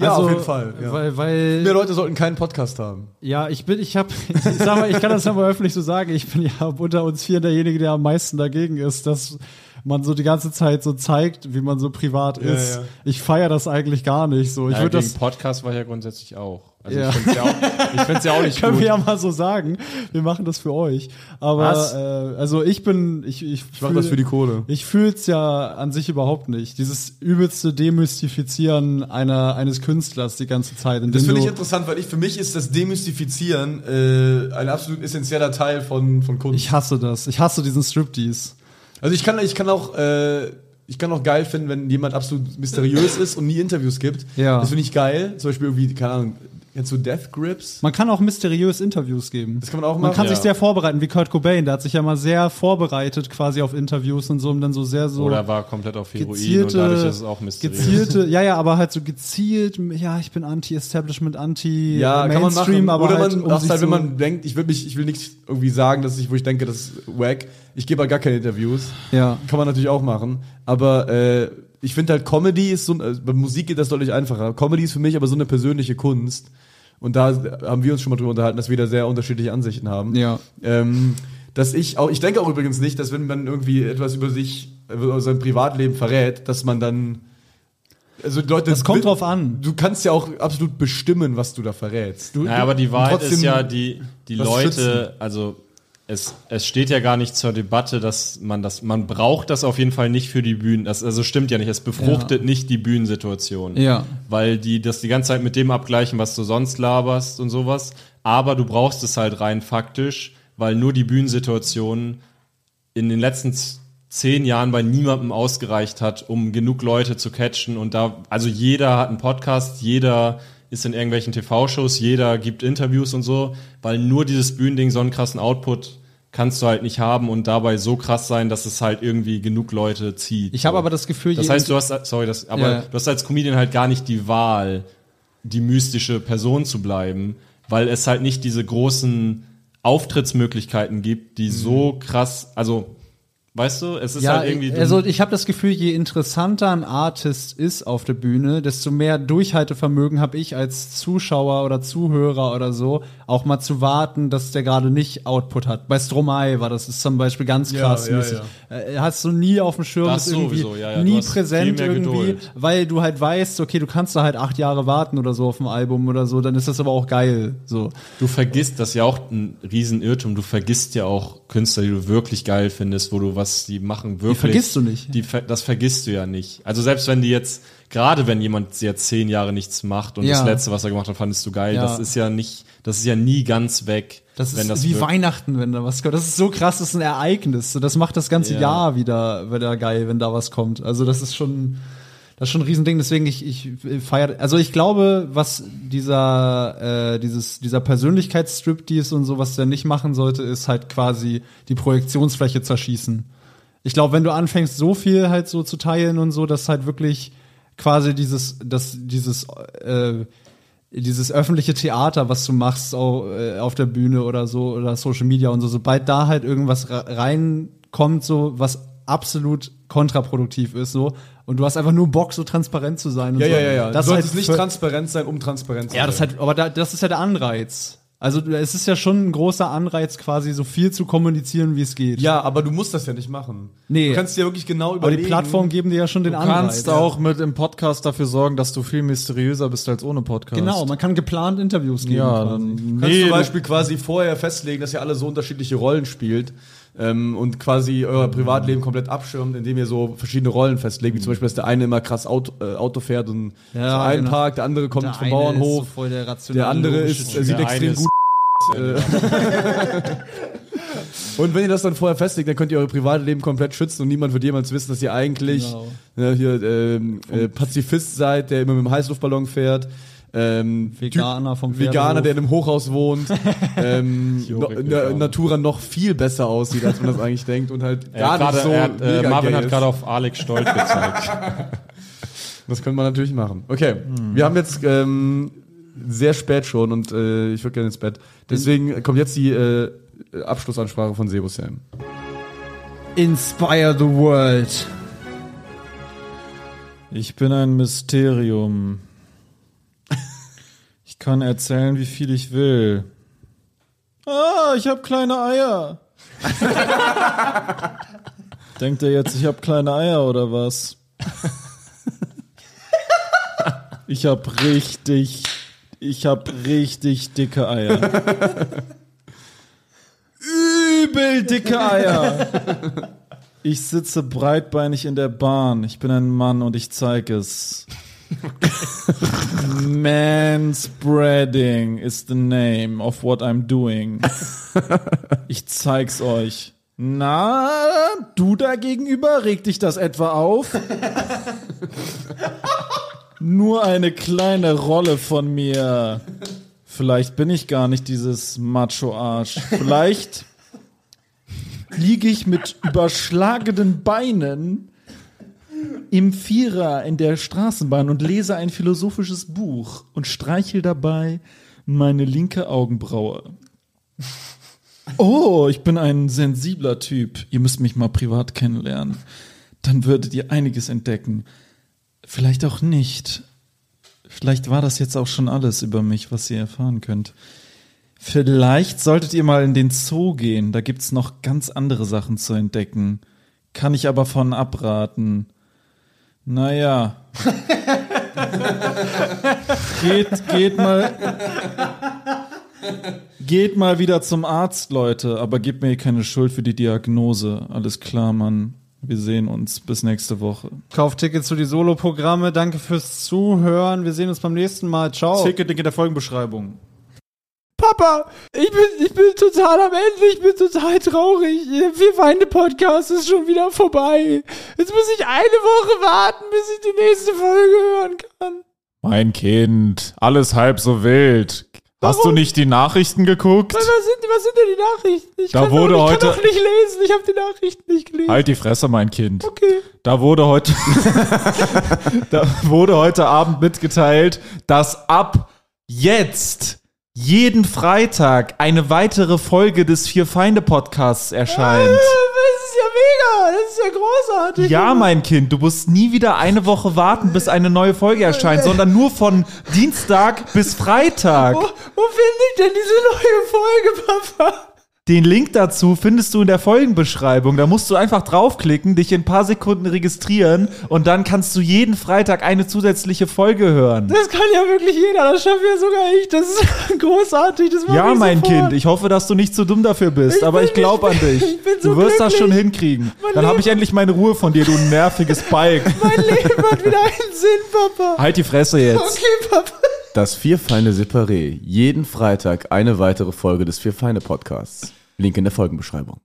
Also,
Ja, auf jeden Fall, ja.
Weil, weil
Mehr Leute sollten keinen Podcast haben.
Ja, ich bin, ich hab, ich sag mal, ich kann das ja mal öffentlich so sagen, ich bin ja unter uns vier derjenige, der am meisten dagegen ist, dass man so die ganze Zeit so zeigt, wie man so privat ist.
ja.
Ich feier das eigentlich gar nicht so. Ich
Ja,
würde
gegen
das,
Podcast war ich ja grundsätzlich auch. Also
Ja.
ich find's ja auch, ich find's ja auch nicht
können
gut.
wir ja mal so sagen, wir machen das für euch. Aber,
Was?
äh, also ich bin, ich, ich, ich
mach das für die Kohle.
Ich fühl's ja an sich überhaupt nicht. Dieses übelste Demystifizieren einer, eines Künstlers die ganze Zeit. indem
Das finde ich
du-
interessant, weil ich für mich ist das Demystifizieren äh, ein absolut essentieller Teil von, von Kunst.
ich hasse das. Ich hasse diesen Striptease.
Also ich kann, ich kann auch, äh, ich kann auch geil finden, wenn jemand absolut mysteriös ist und nie Interviews gibt.
Ja.
Das finde ich geil. Zum Beispiel irgendwie, keine Ahnung, kennst du Death Grips?
Man kann auch mysteriös Interviews geben.
Das kann man auch
Man
machen.
kann
ja.
sich sehr vorbereiten, wie Kurt Cobain. Der hat sich ja mal sehr vorbereitet quasi auf Interviews und so, um dann so sehr so
Oder war komplett auf Heroin und
gezielte,
dadurch ist es auch mysteriös.
gezielte, ja, ja, aber halt so gezielt, ja, ich bin anti-Establishment, anti-Mainstream,
ja, kann man machen.
aber
Oder
halt,
man macht
sich
halt, wenn
so-
man denkt, ich will mich, ich will nicht irgendwie sagen, dass ich, wo ich denke, das ist wack. Ich gebe halt gar keine Interviews.
ja.
Kann man natürlich auch machen. Aber äh, ich finde halt Comedy ist so, ein- also bei Musik geht das deutlich einfacher. Comedy ist für mich aber so eine persönliche Kunst. Und da haben wir uns schon mal drüber unterhalten, dass wir da sehr unterschiedliche Ansichten haben.
Ja.
Ähm, dass ich auch, ich denke auch übrigens nicht, dass wenn man irgendwie etwas über sich, über sein Privatleben verrät, dass man dann, also die Leute,
Das kommt drauf an.
Du kannst ja auch absolut bestimmen, was du da verrätst. Du,
Naja, aber die Wahrheit
trotzdem
ist ja, die, die
was
Leute,
schützen.
also es, es steht ja gar nicht zur Debatte, dass man das, man braucht das auf jeden Fall nicht für die Bühnen. Das, also stimmt ja nicht, es befruchtet nicht die Bühnensituation.
Ja.
Weil die das die ganze Zeit mit dem abgleichen, was du sonst laberst und sowas. Aber du brauchst es halt rein faktisch, weil nur die Bühnensituation in den letzten z- zehn Jahren bei niemandem ausgereicht hat, um genug Leute zu catchen. Und da, also jeder hat einen Podcast, jeder ist in irgendwelchen TV-Shows, jeder gibt Interviews und so, weil nur dieses Bühnending so einen krassen Output kannst du halt nicht haben und dabei so krass sein, dass es halt irgendwie genug Leute zieht.
Ich habe
So.
aber das Gefühl,
Das
jeden-
heißt, du hast, sorry, das, aber
Ja.
du hast als Comedian halt gar nicht die Wahl, die mystische Person zu bleiben, weil es halt nicht diese großen Auftrittsmöglichkeiten gibt, die so krass, also Weißt du, es ist
Ja,
halt irgendwie.
also ich habe das Gefühl, je interessanter ein Artist ist auf der Bühne, desto mehr Durchhaltevermögen habe ich als Zuschauer oder Zuhörer oder so, auch mal zu warten, dass der gerade nicht Output hat. Bei Stromae war das ist zum Beispiel ganz krass.
ja,
mäßig. Äh, Hast du nie auf dem Schirm,
Das
ist irgendwie
sowieso, ja, ja, du
nie
hast
präsent
viel mehr
irgendwie,
Geduld.
weil du halt weißt, okay, du kannst da halt acht Jahre warten oder so auf dem Album oder so, dann ist das aber auch geil. So.
Du vergisst, das ist ja auch ein Riesenirrtum, du vergisst ja auch Künstler, die du wirklich geil findest, wo du was die machen wirklich.
vergisst du nicht.
Die, ver- das vergisst du ja nicht. Also selbst wenn die jetzt, gerade wenn jemand ja zehn Jahre nichts macht und
Ja.
das letzte, was er gemacht hat, fandest du geil,
Ja.
das ist ja nicht, das ist ja nie ganz weg.
Das ist
wenn
wie
wirklich-
Weihnachten, wenn da was kommt. Das ist so krass, das ist ein Ereignis. So, Das macht das ganze
Ja.
Jahr wieder, wieder geil, wenn da was kommt. Also das ist schon, das ist schon ein Riesending. Deswegen, ich, ich feiere, also ich glaube, was dieser, äh, dieses, dieser Persönlichkeitsstrip, die und so, was der nicht machen sollte, ist halt quasi die Projektionsfläche zerschießen. Ich glaube, wenn du anfängst, so viel halt so zu teilen und so, dass halt wirklich quasi dieses, dass dieses, äh, dieses öffentliche Theater, was du machst au- äh, auf der Bühne oder so oder Social Media und so, sobald da halt irgendwas ra- reinkommt, so was absolut kontraproduktiv ist, so und du hast einfach nur Bock, so transparent zu sein. Und
Ja,
so.
ja, ja, ja. du
Das ist halt
solltest nicht
ver-
transparent sein, um transparent zu
ja,
sein.
das ist halt, aber da, das ist ja der Anreiz. Also es ist ja schon ein großer Anreiz, quasi so viel zu kommunizieren, wie es geht.
Ja, aber du musst das ja nicht machen.
Nee.
Du kannst dir wirklich genau
aber
überlegen.
die Plattformen geben dir ja schon den
Du
Anreiz.
kannst auch mit im Podcast dafür sorgen, dass du viel mysteriöser bist als ohne Podcast.
Genau, man kann geplant Interviews geben.
Ja,
quasi.
dann,
kannst
nee,
zum Beispiel quasi vorher festlegen, dass ihr alle so unterschiedliche Rollen spielt ähm, und quasi euer Privatleben komplett abschirmt, indem ihr so verschiedene Rollen festlegt, wie zum Beispiel, dass der eine immer krass Auto, äh, Auto fährt und
Mhm. Ja,
zum einen
genau.
Park, der andere kommt
Der
vom
eine
Bauernhof,
ist so voll der, rationale,
der andere
logische
ist,
Typ.
äh, sieht
Der eine
extrem
ist-
gut äh, Und wenn ihr das dann vorher festlegt, dann könnt ihr euer Privatleben komplett schützen und niemand wird jemals wissen, dass ihr eigentlich
Genau.
ne, hier ähm, äh, Pazifist seid, der immer mit dem Heißluftballon fährt. Ähm,
Veganer vom
typ, Veganer,
Pferdehof.
der in einem Hochhaus wohnt, ähm, no,
Jorik,
na,
genau.
Natura noch viel besser aussieht, als man das eigentlich denkt und halt
Äh,
gar
gerade,
nicht so
er hat, äh,
mega
Marvin
gay
hat
ist.
gerade auf Alex Stolz gezeigt.
Das könnte man natürlich machen. Okay, wir haben jetzt ähm, sehr spät schon und äh, ich würde gerne ins Bett. Deswegen kommt jetzt die äh, Abschlussansprache von Sebus Sam.
Inspire the world.
Ich bin ein Mysterium. Ich kann erzählen, wie viel ich will. Ah, ich habe kleine Eier. Denkt ihr jetzt, ich habe kleine Eier oder was? Ich habe richtig, ich habe richtig dicke Eier. Übel dicke Eier. Ich sitze breitbeinig in der Bahn. Ich bin ein Mann und ich zeige es. Manspreading is the name of what I'm doing. Ich zeig's euch. Na, du da gegenüber, regt dich das etwa auf? Nur eine kleine Rolle von mir. Vielleicht bin ich gar nicht dieses Macho-Arsch. Vielleicht liege ich mit überschlagenen Beinen im Vierer in der Straßenbahn und lese ein philosophisches Buch und streichel dabei meine linke Augenbraue. Oh, ich bin ein sensibler Typ. Ihr müsst mich mal privat kennenlernen. Dann würdet ihr einiges entdecken. Vielleicht auch nicht. Vielleicht war das jetzt auch schon alles über mich, was ihr erfahren könnt. Vielleicht solltet ihr mal in den Zoo gehen, da gibt's noch ganz andere Sachen zu entdecken. Kann ich aber von abraten. Naja. geht, geht mal. Geht mal wieder zum Arzt, Leute, aber gebt mir keine Schuld für die Diagnose. Alles klar, Mann. Wir sehen uns. Bis nächste Woche.
Kauft Tickets zu die Solo-Programme. Danke fürs Zuhören. Wir sehen uns beim nächsten Mal. Ciao.
Oh. Ticket in der Folgenbeschreibung.
Papa, ich bin, ich bin total am Ende, ich bin total traurig. Wir weinen Podcast ist schon wieder vorbei. Jetzt muss ich eine Woche warten, bis ich die nächste Folge hören kann.
Mein Kind, alles halb so wild. Hast du nicht die Nachrichten geguckt?
Was sind, was sind denn die Nachrichten? Ich
Da
kann
wurde
doch, ich
heute-
kann doch nicht lesen, ich habe die Nachrichten nicht gelesen.
Halt die Fresse, mein Kind.
Okay.
Da wurde heute, da wurde heute Abend mitgeteilt, dass ab jetzt jeden Freitag eine weitere Folge des Vier Feinde Podcasts erscheint.
Das Ah, ist ja mega.
ja, das ist ja großartig.
Ja, mein Kind, du musst nie wieder eine Woche warten, bis eine neue Folge erscheint, sondern nur von Dienstag bis Freitag.
Wo, wo finde ich denn diese neue Folge, Papa?
Den Link dazu findest du in der Folgenbeschreibung. Da musst du einfach draufklicken, dich in ein paar Sekunden registrieren und dann kannst du jeden Freitag eine zusätzliche Folge hören.
Das kann ja wirklich jeder, das schaffe ja sogar ich. Das ist großartig, das mache
Ja,
ich
mein
sofort.
Kind, ich hoffe, dass du nicht zu dumm dafür bist,
Ich
aber
bin
ich glaube an
nicht-
dich.
ich bin so
du wirst das schon
glücklich.
hinkriegen.
Mein
Dann habe ich
Leben-
endlich meine Ruhe von dir, du nerviges Balk.
Mein Leben hat wieder einen Sinn, Papa.
Halt die Fresse jetzt.
Okay, Papa.
Das Vier Feinde Separé. Jeden Freitag eine weitere Folge des Vier Feinde Podcasts. Link in der Folgenbeschreibung.